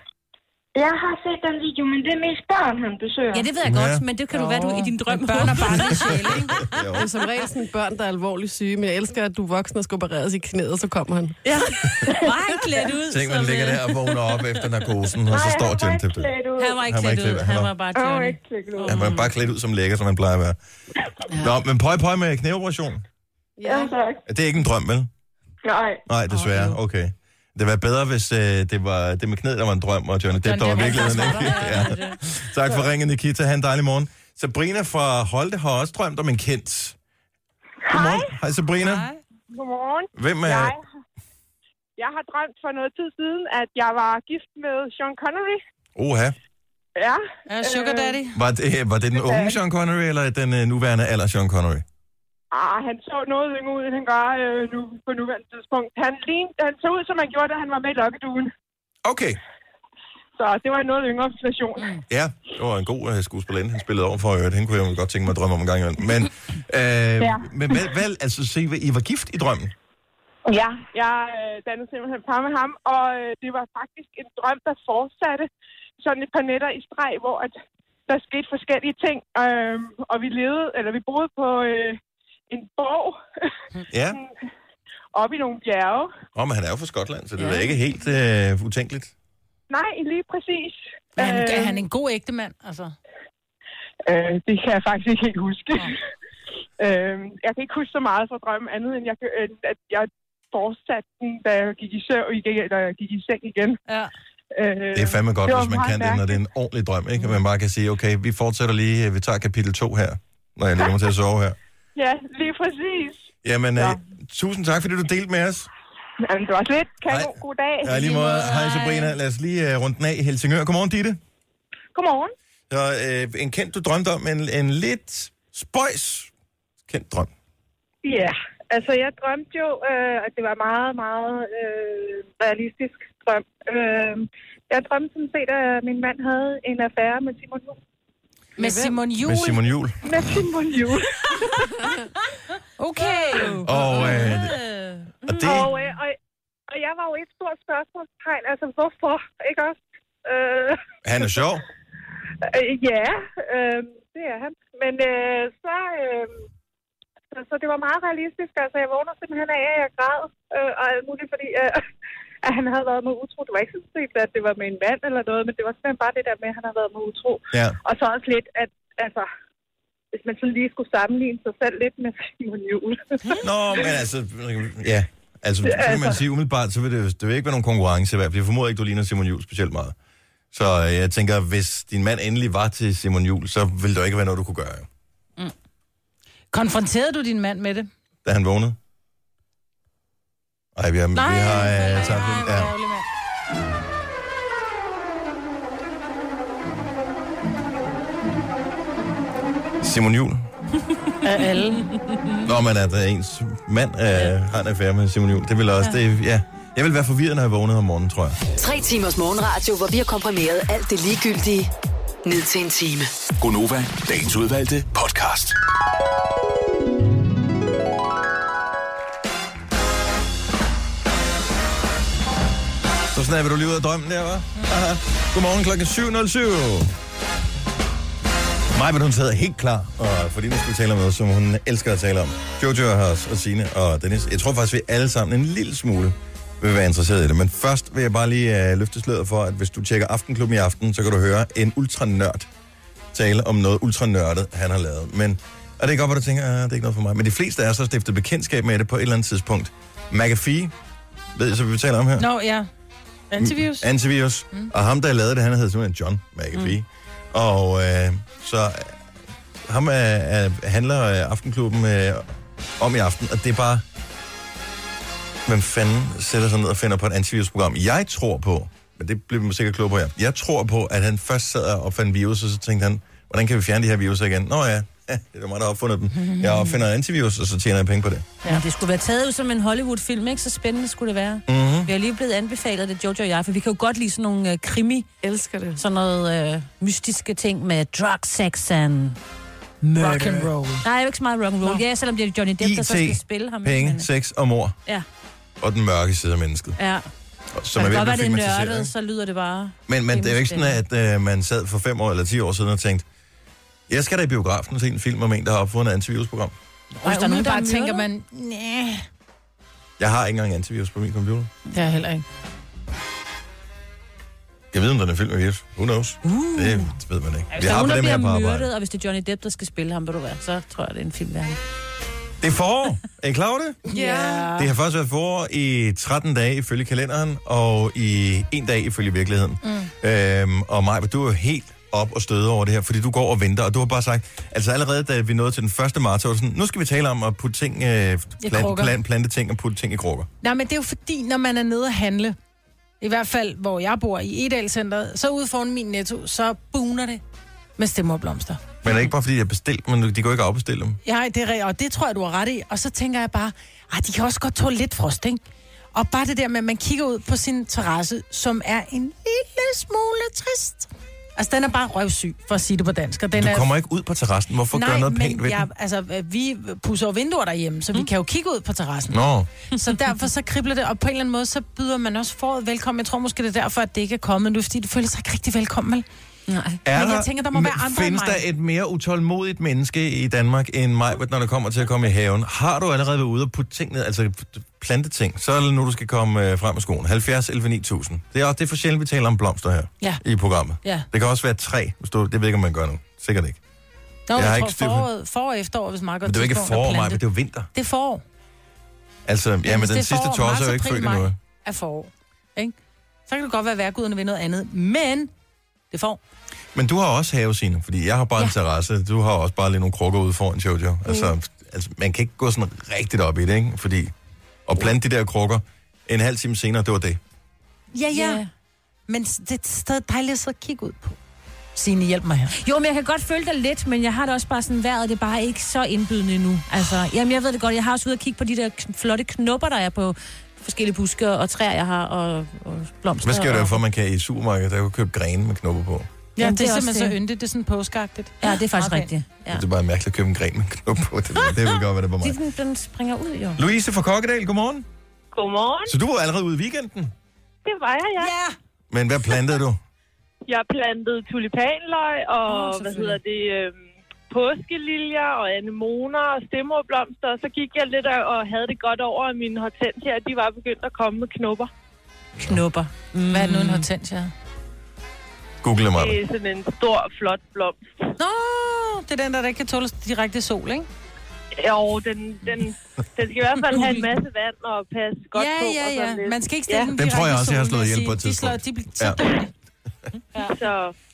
Speaker 10: Jeg har set den video, men det er mest børn, han besøger.
Speaker 3: Ja, det ved jeg
Speaker 1: Ja.
Speaker 3: godt, men det kan du være, du i din drøm
Speaker 6: Men børn og barn i sjæl, ikke?
Speaker 4: Det er som regel sådan børn, der er alvorligt syge, men jeg elsker, at du er voksen og skal opereres i knæet, og så kommer han.
Speaker 3: Ja. Bare han klædt ud.
Speaker 1: Tænk, man
Speaker 3: som,
Speaker 1: ligger
Speaker 3: øh,
Speaker 1: der og vågner op efter narkosen, og så
Speaker 10: Nej,
Speaker 1: står
Speaker 10: han var
Speaker 1: Jen
Speaker 10: ikke
Speaker 1: til det.
Speaker 10: klædt ud.
Speaker 3: Han var ikke
Speaker 1: Han var
Speaker 3: klædt ud.
Speaker 1: ikke klædt ud.
Speaker 3: Han
Speaker 1: Han
Speaker 3: var bare
Speaker 10: Han var
Speaker 3: Johnny.
Speaker 10: ikke klædt ud.
Speaker 1: Han var bare klædt ud som lækker, som han plejer at være. Nå, men pøj pøj med knæoperation.
Speaker 10: Ja, tak.
Speaker 1: Det er ikke en drøm, vel?
Speaker 10: Nej.
Speaker 1: Nej, desværre. Okay. Det var bedre, hvis øh, det var det med knæet, der var en drøm, og Johnny Depp, der var
Speaker 6: Depp var
Speaker 1: virkeligheden.
Speaker 6: faktisk
Speaker 1: Ikke? <laughs> ja. Tak for ringen, Nikita. Ha' en dejlig morgen. Sabrina fra Holte har også drømt om en kendt. Godmorgen. Hej, Sabrina. Hej.
Speaker 10: Godmorgen.
Speaker 1: Hvem er...
Speaker 10: Jeg, jeg har drømt for noget tid siden, at jeg var gift med Sean Connery.
Speaker 1: Oha.
Speaker 10: Ja,
Speaker 6: Ja, sugar daddy.
Speaker 1: Var det, øh, var det den unge Sean Connery, eller den øh, nuværende alder Sean Connery?
Speaker 10: Ah, han så noget yngre ud, end han gør øh, nu, på nuværende tidspunkt. Han, lignede, han så ud, som han gjorde, da han var med i lokkeduen.
Speaker 1: Okay.
Speaker 10: Så det var en noget yngre version. Mm.
Speaker 1: Ja, det var en god uh, skuespillerinde, han spillede over for øvrigt. Hende kunne jeg jo godt tænke mig at drømme om en gang imellem. Men, øh, ja. men hvad, hvad, altså, se, hvad- I var gift i drømmen?
Speaker 10: Ja, jeg øh, dannede simpelthen par med ham, og øh, det var faktisk en drøm, der fortsatte sådan et par nætter i streg, hvor at der
Speaker 2: Øhm,
Speaker 10: skete forskellige ting, øh, og vi levede, eller vi boede på øh, en borg
Speaker 1: Ja,
Speaker 2: op i nogle bjerge.
Speaker 1: og men han er jo fra Skotland, så det er da ikke helt øh, utænkeligt.
Speaker 2: Nej, lige præcis.
Speaker 6: Men han, er
Speaker 2: Øh,
Speaker 6: han en god ægte mand, altså?
Speaker 2: Øh, det kan jeg faktisk ikke helt huske. <laughs> øh, jeg kan ikke huske så meget fra drømmen andet, end jeg, kan- end at jeg fortsatte den, da jeg gik i, søv, igen, da jeg gik i seng igen.
Speaker 6: Ja.
Speaker 2: Øh,
Speaker 1: Det er fandme godt,
Speaker 2: det var
Speaker 1: hvis man
Speaker 2: meget
Speaker 1: kan det, når det er en ordentlig drøm, ikke? At man bare kan sige, okay, vi fortsætter lige, øh, vi tager kapitel 2 her, når jeg lægger mig til at sove her.
Speaker 2: Ja, lige præcis.
Speaker 1: Jamen,
Speaker 2: Ja.
Speaker 1: øh, tusind tak, fordi du delte med os.
Speaker 2: Jamen, det var lidt. Kan
Speaker 1: Hej.
Speaker 2: god, god dag.
Speaker 1: Ja, lige måde. Hej, Sabrina. Lad os lige øh, runde den af. Helsingør. Godmorgen, Ditte.
Speaker 2: Godmorgen.
Speaker 1: Så øh, en kendt, du drømte om, en, en lidt spøjs kendt drøm.
Speaker 2: Ja, altså jeg drømte jo, øh, at det var meget, meget øh, realistisk drøm. Øh, jeg drømte sådan set, at min mand havde en affære med Simon Juhl.
Speaker 6: Med Simon Jul.
Speaker 1: Med Simon Jul.
Speaker 2: Med Simon Juhl.
Speaker 6: Okay.
Speaker 1: Og, øh, og det,
Speaker 2: <laughs> Og, øh, og, og jeg var jo et stort spørgsmålstegn, altså hvorfor, ikke også? Øh,
Speaker 1: han er sjov.
Speaker 2: øh, ja, øh, det er han. Men øh, så, øh, så, så det var meget realistisk, altså jeg vågner simpelthen af, at jeg græd øh, og alt muligt, fordi øh, at han havde været med utro. Det var ikke sådan set, at det var med en mand eller noget, men det var simpelthen bare det der med, at han havde været med utro.
Speaker 1: Ja.
Speaker 2: Og så også lidt, at altså, hvis man sådan lige skulle sammenligne sig selv lidt med Simon Juhl.
Speaker 1: Nå, men altså, ja. Altså, så kan man sige umiddelbart, så vil det, det vil ikke være nogen konkurrence i hvert fald. Jeg formoder ikke, du ligner Simon Jul specielt meget. Så øh, jeg tænker, hvis din mand endelig var til Simon Jul, så ville det ikke være noget, du kunne gøre, jo,
Speaker 6: Konfronterede du din mand med det?
Speaker 1: da han vågnede. Ej, vi har, vi har øh, tabt den. Ja.
Speaker 6: Ærgerlig mand.
Speaker 1: Simon Jul.
Speaker 6: Af alle.
Speaker 1: Nå, men at øh, ens mand øh, har en affære med Simon Jul, det vil også, det, ja. Jeg vil være forvirret, når jeg vågnede om morgenen, tror jeg.
Speaker 7: Tre timers morgenradio, hvor vi har komprimeret alt det ligegyldige ned til en time.
Speaker 9: Gonova, dagens udvalgte podcast.
Speaker 1: Så snapper du lige ud af drømmen der, hva'? Aha. Godmorgen klokken 7.07. Maja, men hun sad helt klar, og fordi nu skal vi tale om noget, som hun elsker at tale om. Jojo har os, og Signe og Dennis. Jeg tror faktisk, vi alle sammen en lille smule vil være interesseret i det. Men først vil jeg bare lige øh, løfte sløret for, at hvis du tjekker Aftenklubben i aften, så kan du høre en ultranørd tale om noget ultranørdet, han har lavet. Men, og det er godt, hvor du tænker, ah, det er ikke noget for mig. Men de fleste af os har stiftet bekendtskab med det på et eller andet tidspunkt. McAfee, ved I så, hvad vi taler om her?
Speaker 6: Nå, ja. Antivirus.
Speaker 1: Antivirus. Mm. Og ham, der lavede det, han hed simpelthen John McAfee. Mm. Og øh, så øh, ham øh, øh, handler øh, Aftenklubben øh, om i aften, og det er bare... Hvem fanden sætter sig ned og finder på et antivirusprogram? Jeg tror på, men det bliver vi sikkert klogere på her. Jeg tror på, at han først sad og opfandt virus, og så tænkte han, hvordan kan vi fjerne de her virus igen? Nå ja, <laughs> det er mig, der har opfundet dem. Jeg opfinder antivirus, og så tjener jeg penge på det.
Speaker 3: Ja. Det skulle være taget ud som en Hollywood-film, ikke? Så spændende skulle det være. Mm-hmm. Vi er lige blevet anbefalet det, Jojo og jeg, for vi kan jo godt lide sådan nogle øh, krimi,
Speaker 11: Elsker det.
Speaker 3: sådan noget øh, mystiske ting med drug, sex and murder.
Speaker 12: Rock and roll.
Speaker 3: Nej, jeg er jo ikke så meget rock and roll. Ja, selvom det er Johnny Depp, der så skal spille ham.
Speaker 1: penge,
Speaker 3: men, øh,
Speaker 1: sex og mor,
Speaker 3: Ja,
Speaker 1: og den mørke side af mennesket.
Speaker 3: ja.
Speaker 1: Som
Speaker 3: Så man
Speaker 1: ved
Speaker 3: kan
Speaker 1: at
Speaker 3: godt være,
Speaker 1: blive
Speaker 3: det er
Speaker 1: filmatiseret, ikke?
Speaker 3: nørdet, så lyder det bare...
Speaker 1: Men, men det er jo ikke sådan, at øh, man sad for fem år eller ti år siden og tænkte, jeg skal da i biografen og se en film om en, der har opfundet et antivirusprogram.
Speaker 6: Og hvis der er nogen,
Speaker 3: Ej,
Speaker 6: der
Speaker 3: uden, der er
Speaker 6: tænker,
Speaker 3: myrder?
Speaker 6: man... Næh.
Speaker 1: Jeg har ikke engang antivirus på min computer.
Speaker 6: Det er heller ikke.
Speaker 1: Jeg ved, om den er film med virus. Who knows? Uh. Det ved man ikke.
Speaker 3: Hvis
Speaker 1: Vi
Speaker 3: Altså, der er
Speaker 1: har
Speaker 3: nogen, der
Speaker 1: på dem her på
Speaker 3: bliver
Speaker 1: arbejde.
Speaker 3: myrdet, og hvis det er Johnny Depp, der skal spille ham, vil du være, så tror jeg, det er en film værd.
Speaker 1: Det er forår. Er I klar over det?
Speaker 11: Ja.
Speaker 1: Det har faktisk været forår i 13 dage ifølge kalenderen, og i en dag ifølge virkeligheden. Mm. Øhm, og Maj, du er jo helt op og støde over det her, fordi du går og venter, og du har bare sagt, altså allerede da vi nåede til den 1. marts, så var det sådan, nu skal vi tale om at putte ting, øh, plant,
Speaker 6: krukker.
Speaker 1: plant, plante ting og putte ting i krukker.
Speaker 6: Nej, men det er jo fordi, når man er nede og handle, i hvert fald hvor jeg bor i Edalcenteret, så ude foran min netto, så buner det med stemmer og blomster.
Speaker 1: Men det er ikke bare fordi, jeg bestilte dem, men de går ikke at afbestille dem.
Speaker 6: Ja, det er, rigtigt, og det tror jeg, du har ret i. Og så tænker jeg bare, at de kan også godt tåle lidt frost, ikke? Og bare det der med, at man kigger ud på sin terrasse, som er en lille smule trist. Altså, den er bare røvsyg, for at sige det på dansk. Og den
Speaker 1: Du
Speaker 6: er
Speaker 1: kommer ikke ud på terrassen. Hvorfor
Speaker 6: Nej,
Speaker 1: gøre noget
Speaker 6: men
Speaker 1: pænt ved
Speaker 6: jeg,
Speaker 1: den?
Speaker 6: altså, vi pusser jo vinduer derhjemme, så mm. vi kan jo kigge ud på terrassen.
Speaker 1: Nå,
Speaker 6: Så derfor så kribler det, og på en eller anden måde, så byder man også foråret velkommen. Jeg tror måske, det er derfor, at det ikke er kommet nu, fordi det føler sig ikke rigtig velkommen. vel?
Speaker 3: Nej.
Speaker 1: Er
Speaker 2: Men jeg tænker, der må være andre end
Speaker 1: Findes
Speaker 2: mig.
Speaker 1: der et mere utålmodigt menneske i Danmark end mig, når det kommer til at komme i haven? Har du allerede været ude og putte ting ned, altså plante ting, så er det nu, du skal komme øh, frem af skoen. 70 11 9000. Det er, også, det er for sjældent, vi taler om blomster her
Speaker 2: Ja.
Speaker 1: i programmet.
Speaker 2: Ja.
Speaker 1: Det kan også være træ. Hvis du, det ved jeg ikke, om man gør nu. Sikkert ikke.
Speaker 2: Nå, jeg,
Speaker 1: har
Speaker 2: jeg
Speaker 1: ikke
Speaker 2: tror,
Speaker 1: styr på-
Speaker 2: foråret, forår og efterår, hvis meget godt
Speaker 1: Men det er jo ikke
Speaker 2: tidspunkt at
Speaker 1: forår, Maja,
Speaker 2: plante.
Speaker 1: men det er jo vinter.
Speaker 2: Det er forår.
Speaker 1: Altså, ja, men
Speaker 2: hvis
Speaker 1: den
Speaker 2: det
Speaker 1: sidste
Speaker 2: forår,
Speaker 1: tosse
Speaker 2: marts,
Speaker 1: er jo ikke
Speaker 2: april,
Speaker 1: født
Speaker 2: maj
Speaker 1: endnu.
Speaker 2: er forår. Ikke? Så kan det godt være, at værkuderne vil noget andet. Men det er forår.
Speaker 1: Men du har også have, Signe, fordi jeg har bare ja. en
Speaker 2: Ja.
Speaker 1: terrasse. Du har også bare lige nogle krukker ude foran Jojo. Altså, mm. altså, man kan ikke gå sådan rigtigt op i det, ikke? Fordi at plante de der krukker en halv time senere, det var det.
Speaker 2: Ja, ja. Yeah. Men det er stadig dejligt at sidde og kigge ud på. Signe, hjælp mig her.
Speaker 3: Jo, men jeg kan godt følge dig lidt, men jeg har det også bare sådan, vejret det er bare ikke så indbydende nu. Altså, jamen, jeg ved det godt, jeg har også ude og kigge på de der kn- flotte knopper, der er på forskellige buske og træer, jeg har, og, og blomster.
Speaker 1: Hvad sker der
Speaker 3: og...
Speaker 1: for, at man kan i supermarkedet, der kan købe grene med knopper på? Ja.
Speaker 6: Ja,
Speaker 3: Jamen,
Speaker 6: det,
Speaker 3: det
Speaker 6: er
Speaker 3: er også
Speaker 6: simpelthen så
Speaker 3: det.
Speaker 6: yndigt. Det er sådan påskagtigt.
Speaker 3: Ja, det er faktisk
Speaker 2: Okay.
Speaker 3: okay. rigtigt. Ja.
Speaker 1: Det er bare mærkeligt at købe en gren med knopper på. Det, det vil godt være det på mig.
Speaker 9: <laughs>
Speaker 3: De, den, den springer ud, jo.
Speaker 1: Louise fra Kokkedal, godmorgen.
Speaker 9: <laughs> Godmorgen.
Speaker 1: Så du var allerede ude i weekenden.
Speaker 9: Det var jeg, ja.
Speaker 1: Men hvad plantede du?
Speaker 9: Jeg plantede tulipanløg og,
Speaker 3: Åh,
Speaker 9: oh, hvad hedder det, øhm, påskeliljer og anemoner og stemmerblomster. Og så gik jeg lidt og, og havde det godt over, at mine hortensier, de var begyndt at komme med knopper.
Speaker 3: Knopper.
Speaker 6: Mm. Hvad er det nu en hortensia?
Speaker 1: Google mig.
Speaker 9: <laughs> Det er sådan en stor, flot blomst.
Speaker 6: Nå, det er den, der, der ikke kan tåle direkte sol, ikke?
Speaker 9: Jo, den, den, den skal i hvert fald have en masse vand og passe godt
Speaker 6: ja,
Speaker 9: på.
Speaker 6: ja,
Speaker 9: og sådan
Speaker 6: ja.
Speaker 9: lidt.
Speaker 6: Man skal ikke stille ja.
Speaker 1: Dem tror jeg også, jeg har slået ihjel på et
Speaker 6: De,
Speaker 1: tidspunkt.
Speaker 6: slår, de bliver så
Speaker 1: Ja.
Speaker 6: ja. dårlige.
Speaker 9: Så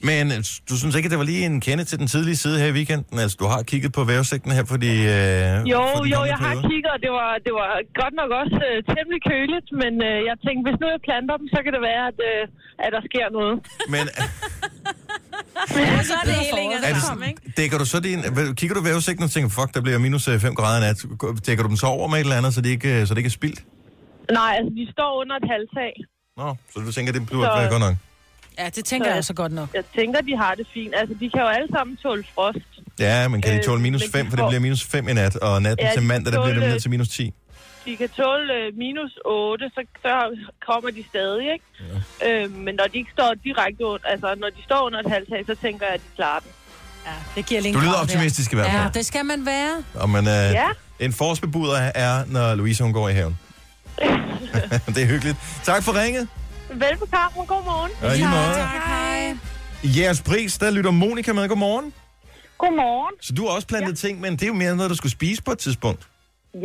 Speaker 1: Men øh, du synes ikke, at det var lige en kende til den tidlige side her i weekenden? Altså, du har kigget på vævesigten her, fordi...
Speaker 9: Jo,
Speaker 1: Øh, for den
Speaker 9: jo,
Speaker 1: kommende
Speaker 9: jeg har
Speaker 1: periode.
Speaker 9: kigget, og det var, det var godt nok også øh, temmelig køligt, men øh, jeg tænkte, hvis nu jeg planter dem, så kan det være, at, øh, at der sker noget.
Speaker 1: Men øh,
Speaker 3: Ja, så er det ælinger,
Speaker 1: er
Speaker 3: der
Speaker 1: det,
Speaker 3: kommer, ikke?
Speaker 1: sådan- dækker du så din... hvad- Kigger du vævesigten og tænker, fuck, der bliver minus 5 grader i nat. Dækker du dem så over med et eller andet, så det ikke, øh, så det ikke er spildt?
Speaker 9: Nej, altså, de står under et halvtag.
Speaker 1: Nå, så du tænker, det bliver
Speaker 9: Så-
Speaker 1: så... godt nok.
Speaker 6: Ja, det tænker
Speaker 9: Så-
Speaker 6: jeg også godt nok.
Speaker 9: Jeg tænker, de har det fint. Altså, de kan jo alle sammen tåle frost.
Speaker 1: Ja, men kan de
Speaker 9: Øh,
Speaker 1: tåle minus
Speaker 9: men de
Speaker 1: 5, for det
Speaker 9: får-
Speaker 1: bliver minus 5 i nat, og natten
Speaker 9: Ja,
Speaker 1: ja,
Speaker 9: de
Speaker 1: til mandag, der bliver det
Speaker 9: tåle-
Speaker 1: ned til minus 10.
Speaker 9: De kan tåle øh, minus 8, så, så kommer de stadig, ikke? Ja. Øh, men når de ikke står direkte under, altså, når de står under et halvtag, så tænker jeg, at de klarer den.
Speaker 2: Ja, det giver lige
Speaker 1: Du lyder optimistisk i hvert
Speaker 2: Ja,
Speaker 1: fald.
Speaker 2: det skal man være.
Speaker 1: Og man, øh,
Speaker 9: Ja.
Speaker 1: En forårsbebuder er, når Louise hun går i
Speaker 9: <laughs>
Speaker 1: haven. det er hyggeligt. Tak for ringet.
Speaker 9: Velbekomme, og god morgen.
Speaker 1: Og i lige måde.
Speaker 2: Tak, hej.
Speaker 1: I jeres pris, der lytter Monika med. Godmorgen.
Speaker 9: Godmorgen.
Speaker 1: Så du har også plantet ja. ting, men det er jo mere noget, du skulle spise på et tidspunkt.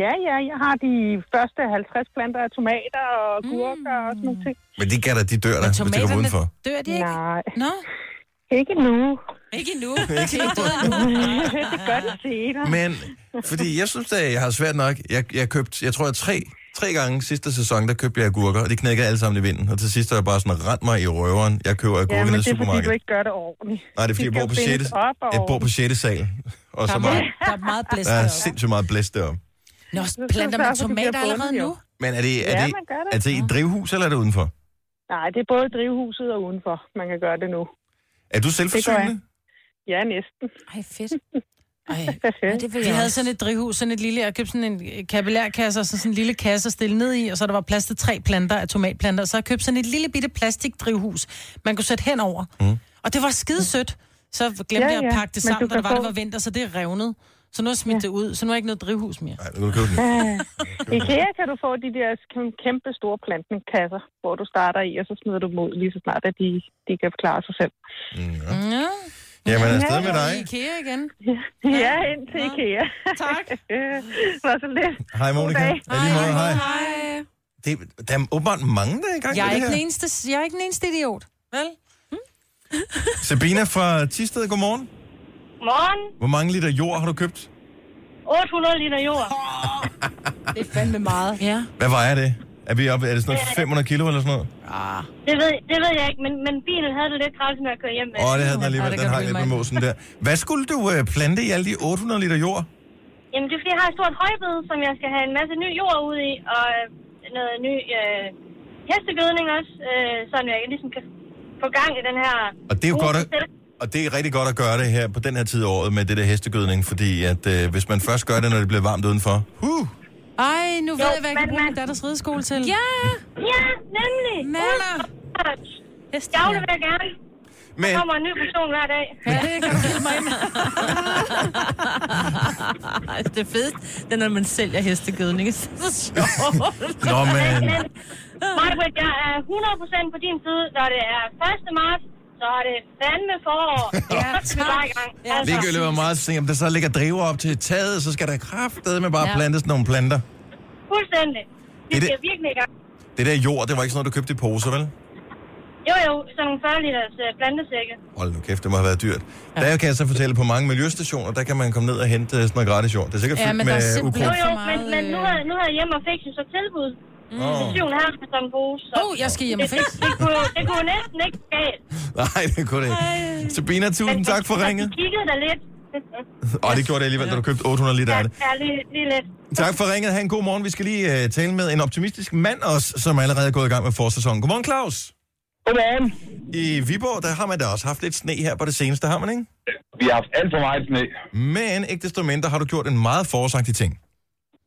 Speaker 9: Ja, ja, jeg har de første 50 planter af tomater og gurker mm. og sådan nogle ting.
Speaker 1: Men det kan da, de dør da, hvis de kommer udenfor.
Speaker 2: dør de ikke?
Speaker 9: Nej,
Speaker 2: Nå,
Speaker 9: ikke nu.
Speaker 2: ikke
Speaker 6: <laughs>
Speaker 2: endnu. Det er døde nu.
Speaker 9: det gør det senere.
Speaker 1: Men, fordi jeg synes da, jeg har svært nok. Jeg, jeg købte, jeg tror, jeg tre, tre gange sidste sæson, der købte jeg agurker, og de knækkede alle sammen i vinden. Og til sidst har jeg bare sådan rent mig i røveren. Jeg køber agurker
Speaker 9: Ja, men
Speaker 1: ned i
Speaker 9: det er fordi, du
Speaker 1: supermarkedet.
Speaker 9: ikke gør det ordentligt.
Speaker 1: Nej, det er fordi,
Speaker 9: de
Speaker 1: jeg bor på
Speaker 9: skal bindes
Speaker 1: 6.
Speaker 9: op og
Speaker 1: Jeg bor
Speaker 9: over.
Speaker 1: på 6. sal.
Speaker 2: Der
Speaker 1: Og så
Speaker 2: er
Speaker 1: bare,
Speaker 2: meget, der er meget blæst
Speaker 1: der er
Speaker 2: deroppe.
Speaker 1: sindssygt meget blæst deroppe.
Speaker 2: Nå,
Speaker 9: så
Speaker 2: planter man
Speaker 9: derfor, de bliver
Speaker 2: tomater allerede
Speaker 9: bundet, jo.
Speaker 2: nu?
Speaker 1: Men er det, er
Speaker 9: Ja,
Speaker 1: det,
Speaker 9: man gør det.
Speaker 1: er det i et drivhus, eller er det udenfor?
Speaker 9: Nej, det er både drivhuset og udenfor, man kan gøre det nu.
Speaker 1: Er du selvforsynende?
Speaker 9: Ja, næsten.
Speaker 3: Ej,
Speaker 9: <laughs>
Speaker 3: fedt.
Speaker 6: Ej.
Speaker 3: Ja, det vil
Speaker 6: Vi
Speaker 3: jeg
Speaker 6: havde
Speaker 3: også.
Speaker 6: sådan et drivhus, sådan et lille, jeg købte sådan en kapillærkasse, og så sådan en lille kasse at stille ned i, og så der var plads til tre planter af tomatplanter, og så har jeg købt sådan et lille bitte plastikdrivhus, man kunne sætte hen over. Mm. Og det var skide sødt. Så glemte
Speaker 9: Ja,
Speaker 6: ja, ja. jeg at
Speaker 9: ja,
Speaker 6: pakke det
Speaker 9: men
Speaker 6: sammen,
Speaker 9: du
Speaker 6: da det
Speaker 9: kan
Speaker 6: var, det
Speaker 9: få-
Speaker 6: var vinter, så det er revnet. Så nu har jeg smidt ja. det ud, så nu er jeg ikke noget drivhus mere.
Speaker 1: Nej, nu kan du købe den.
Speaker 9: IKEA kan du få de der kæm- kæmpe store plantningskasser, hvor du starter i, og så smider du dem ud lige så snart, at de, de kan klare sig selv.
Speaker 6: Ja,
Speaker 1: Jamen, afsted med
Speaker 6: i
Speaker 1: dig.
Speaker 6: IKEA igen.
Speaker 9: Ja, ind til IKEA. Øh,
Speaker 6: Tak.
Speaker 9: Var så lidt.
Speaker 1: Hej, Monika.
Speaker 9: Goddag.
Speaker 1: Ja, lige måde, hej. Det, der er åbenbart mange, der er i gang
Speaker 6: Jeg er,
Speaker 1: med
Speaker 6: ikke
Speaker 1: det
Speaker 6: den
Speaker 1: her.
Speaker 6: eneste, jeg er ikke den eneste idiot. Vel?
Speaker 1: Sabina fra Tisted, godmorgen.
Speaker 9: Morgen.
Speaker 1: Hvor mange liter jord har du købt?
Speaker 9: 800 liter jord.
Speaker 6: Det er fandme meget. Ja.
Speaker 1: Hvad vejer det? Er, vi oppe, er det sådan noget 500 kilo eller sådan noget?
Speaker 9: Det ved, det ved jeg ikke, men, men bilen havde det lidt travlt med at køre hjem med.
Speaker 1: Åh, oh, det havde den alligevel.
Speaker 6: Ja, det
Speaker 1: Den
Speaker 6: kan
Speaker 1: hang
Speaker 6: du
Speaker 1: lidt med
Speaker 6: lige mig.
Speaker 1: måsen der. Hvad skulle du øh, plante i alle de 800 liter jord?
Speaker 9: Jamen, det er fordi, jeg har et stort højbed, som jeg skal have en masse ny jord ud i, og øh, noget ny øh, hestegødning også, øh, sådan jeg ligesom kan få gang i den her...
Speaker 1: Og det er jo
Speaker 9: gode
Speaker 1: godt at,
Speaker 9: proces.
Speaker 1: og det er rigtig godt at gøre det her på den her tid af året med det der hestegødning, fordi at øh, hvis man først gør det, når det bliver varmt udenfor, huh,
Speaker 6: Ej, nu ved
Speaker 9: Jo,
Speaker 6: jeg, hvad jeg kan
Speaker 9: men
Speaker 6: bruge min
Speaker 9: man-
Speaker 6: datters rideskole til.
Speaker 3: Ja!
Speaker 9: Ja, nemlig!
Speaker 6: Maler.
Speaker 9: Ud. Jeg vil gerne.
Speaker 1: Men,
Speaker 13: kommer en ny person hver dag.
Speaker 14: Ja, det kan du filme mig <laughs> ind. altså, det fedeste, det er, når man sælger hestegødning. Det er så sjovt.
Speaker 1: nå, men...
Speaker 13: Men, Margaret, jeg er 100% på din side. Når det er 1. marts, så er det fandme
Speaker 15: <laughs>
Speaker 13: forår. Ja, så skal vi bare i gang.
Speaker 14: Ja.
Speaker 13: Altså,
Speaker 1: Ligegyldigt hvor meget sent, om der så ligger driver op til taget, så skal der kraftedeme bare
Speaker 14: Ja.
Speaker 1: plantes nogle planter.
Speaker 13: fuldstændig. Vi
Speaker 1: Er det-
Speaker 13: skal virkelig i gang.
Speaker 1: Det der jord, det var ikke sådan noget, du købte i poser, vel?
Speaker 13: Jo, jo, sådan nogle 40 liters øh, plantesække.
Speaker 1: Hold nu kæft, det må have været dyrt. Ja. Der kan jeg så fortælle, på mange miljøstationer, der kan man komme ned og hente øh, sådan noget gratis jord. Det er sikkert
Speaker 15: Ja,
Speaker 1: fyldt
Speaker 15: men der er
Speaker 1: med
Speaker 15: simpelthen-
Speaker 13: Jo,
Speaker 1: ukrudt.
Speaker 13: jo,
Speaker 15: For
Speaker 13: men,
Speaker 15: meget,
Speaker 13: men nu
Speaker 15: øh,
Speaker 13: havde, nu havde hjemme og fik jo så tilbud.
Speaker 1: Åh.
Speaker 13: Syv og en halv for sådan en pose. Så.
Speaker 15: Åh, oh, jeg skal hjem og
Speaker 13: det,
Speaker 15: fisk.
Speaker 13: det, kunne, jo- det kunne jo næsten ikke gå galt.
Speaker 1: Nej, det kunne det ikke. Sabina, tusind tak for
Speaker 13: at
Speaker 1: ringet.
Speaker 13: De kiggede der lidt.
Speaker 1: Og det gjorde det alligevel, da du købte 800 liter
Speaker 13: Ja,
Speaker 1: af det.
Speaker 13: ja lige, lige lidt.
Speaker 1: Tak for ringet. Ha' en god morgen. Vi skal lige uh, tale med en optimistisk mand også, som allerede er gået i gang med forsæsonen. Godmorgen, Claus.
Speaker 16: Godmorgen.
Speaker 1: I Viborg, der har man da også haft lidt sne her på det seneste, har man ikke?
Speaker 16: Vi har haft alt for meget sne.
Speaker 1: Men ikke desto mindre har du gjort en meget forårsagtig ting.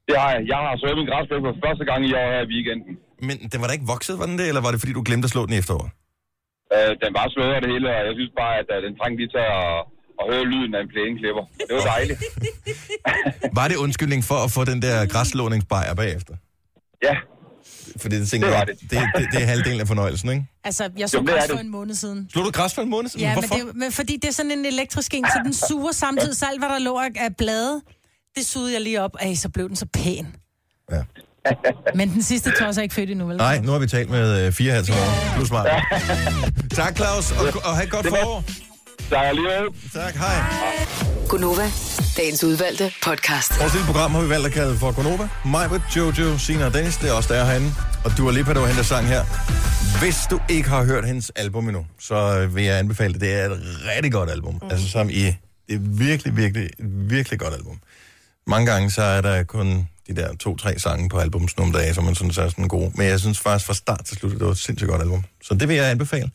Speaker 16: Det har jeg. Jeg har så min græsplæne for første gang i år her i weekenden.
Speaker 1: Men den var da ikke vokset, var den det? Eller var det, fordi du glemte at slå den i efteråret?
Speaker 16: Øh, den var slået og det hele, og jeg synes bare, at øh, den trængte lige til at, at høre lyden af en plæneklipper. Det var dejligt.
Speaker 1: Var det undskyldning for at få den der græslåningsbajer bagefter?
Speaker 16: Ja,
Speaker 1: Fordi det, tænker,
Speaker 16: Det var
Speaker 1: jeg,
Speaker 16: det.
Speaker 1: det, det, det er halvdelen af fornøjelsen, ikke?
Speaker 6: Altså, jeg så
Speaker 16: Jamen, det er
Speaker 6: græs for
Speaker 16: det.
Speaker 6: en måned siden.
Speaker 1: Slog du græs for en måned siden?
Speaker 6: Ja, men,
Speaker 1: Hvorfor?
Speaker 6: det, men fordi det er sådan en elektrisk en, så den suger samtidig, så alt, hvad der lå af- af blade, det sugede jeg lige op. Ej, så blev den så pæn.
Speaker 1: Ja.
Speaker 6: Men den sidste tår er ikke født endnu, vel?
Speaker 1: Nej, nu har vi talt med øh, fire halvt år. Plus mig. tak, Claus, og, og have et godt
Speaker 16: var-
Speaker 1: forår.
Speaker 16: så er jeg lige
Speaker 1: Tak, hej.
Speaker 7: Gunova, dagens udvalgte podcast.
Speaker 1: Vores lille program har vi valgt at kalde for Gonova. Mig med Jojo, Sina og Dennis, det er også der er herinde. Og du er lige på, du henter sang her. Hvis du ikke har hørt hendes album endnu, så øh, vil jeg anbefale det. Det er et rigtig godt album. Mm. Altså som i, det er virkelig, virkelig, et virkelig godt album. Mange gange så er der kun de der to-tre sange på albums nogle dage, som man synes er sådan gode. Men jeg synes faktisk fra start til slut, at det var et sindssygt godt album. Så det vil jeg anbefale.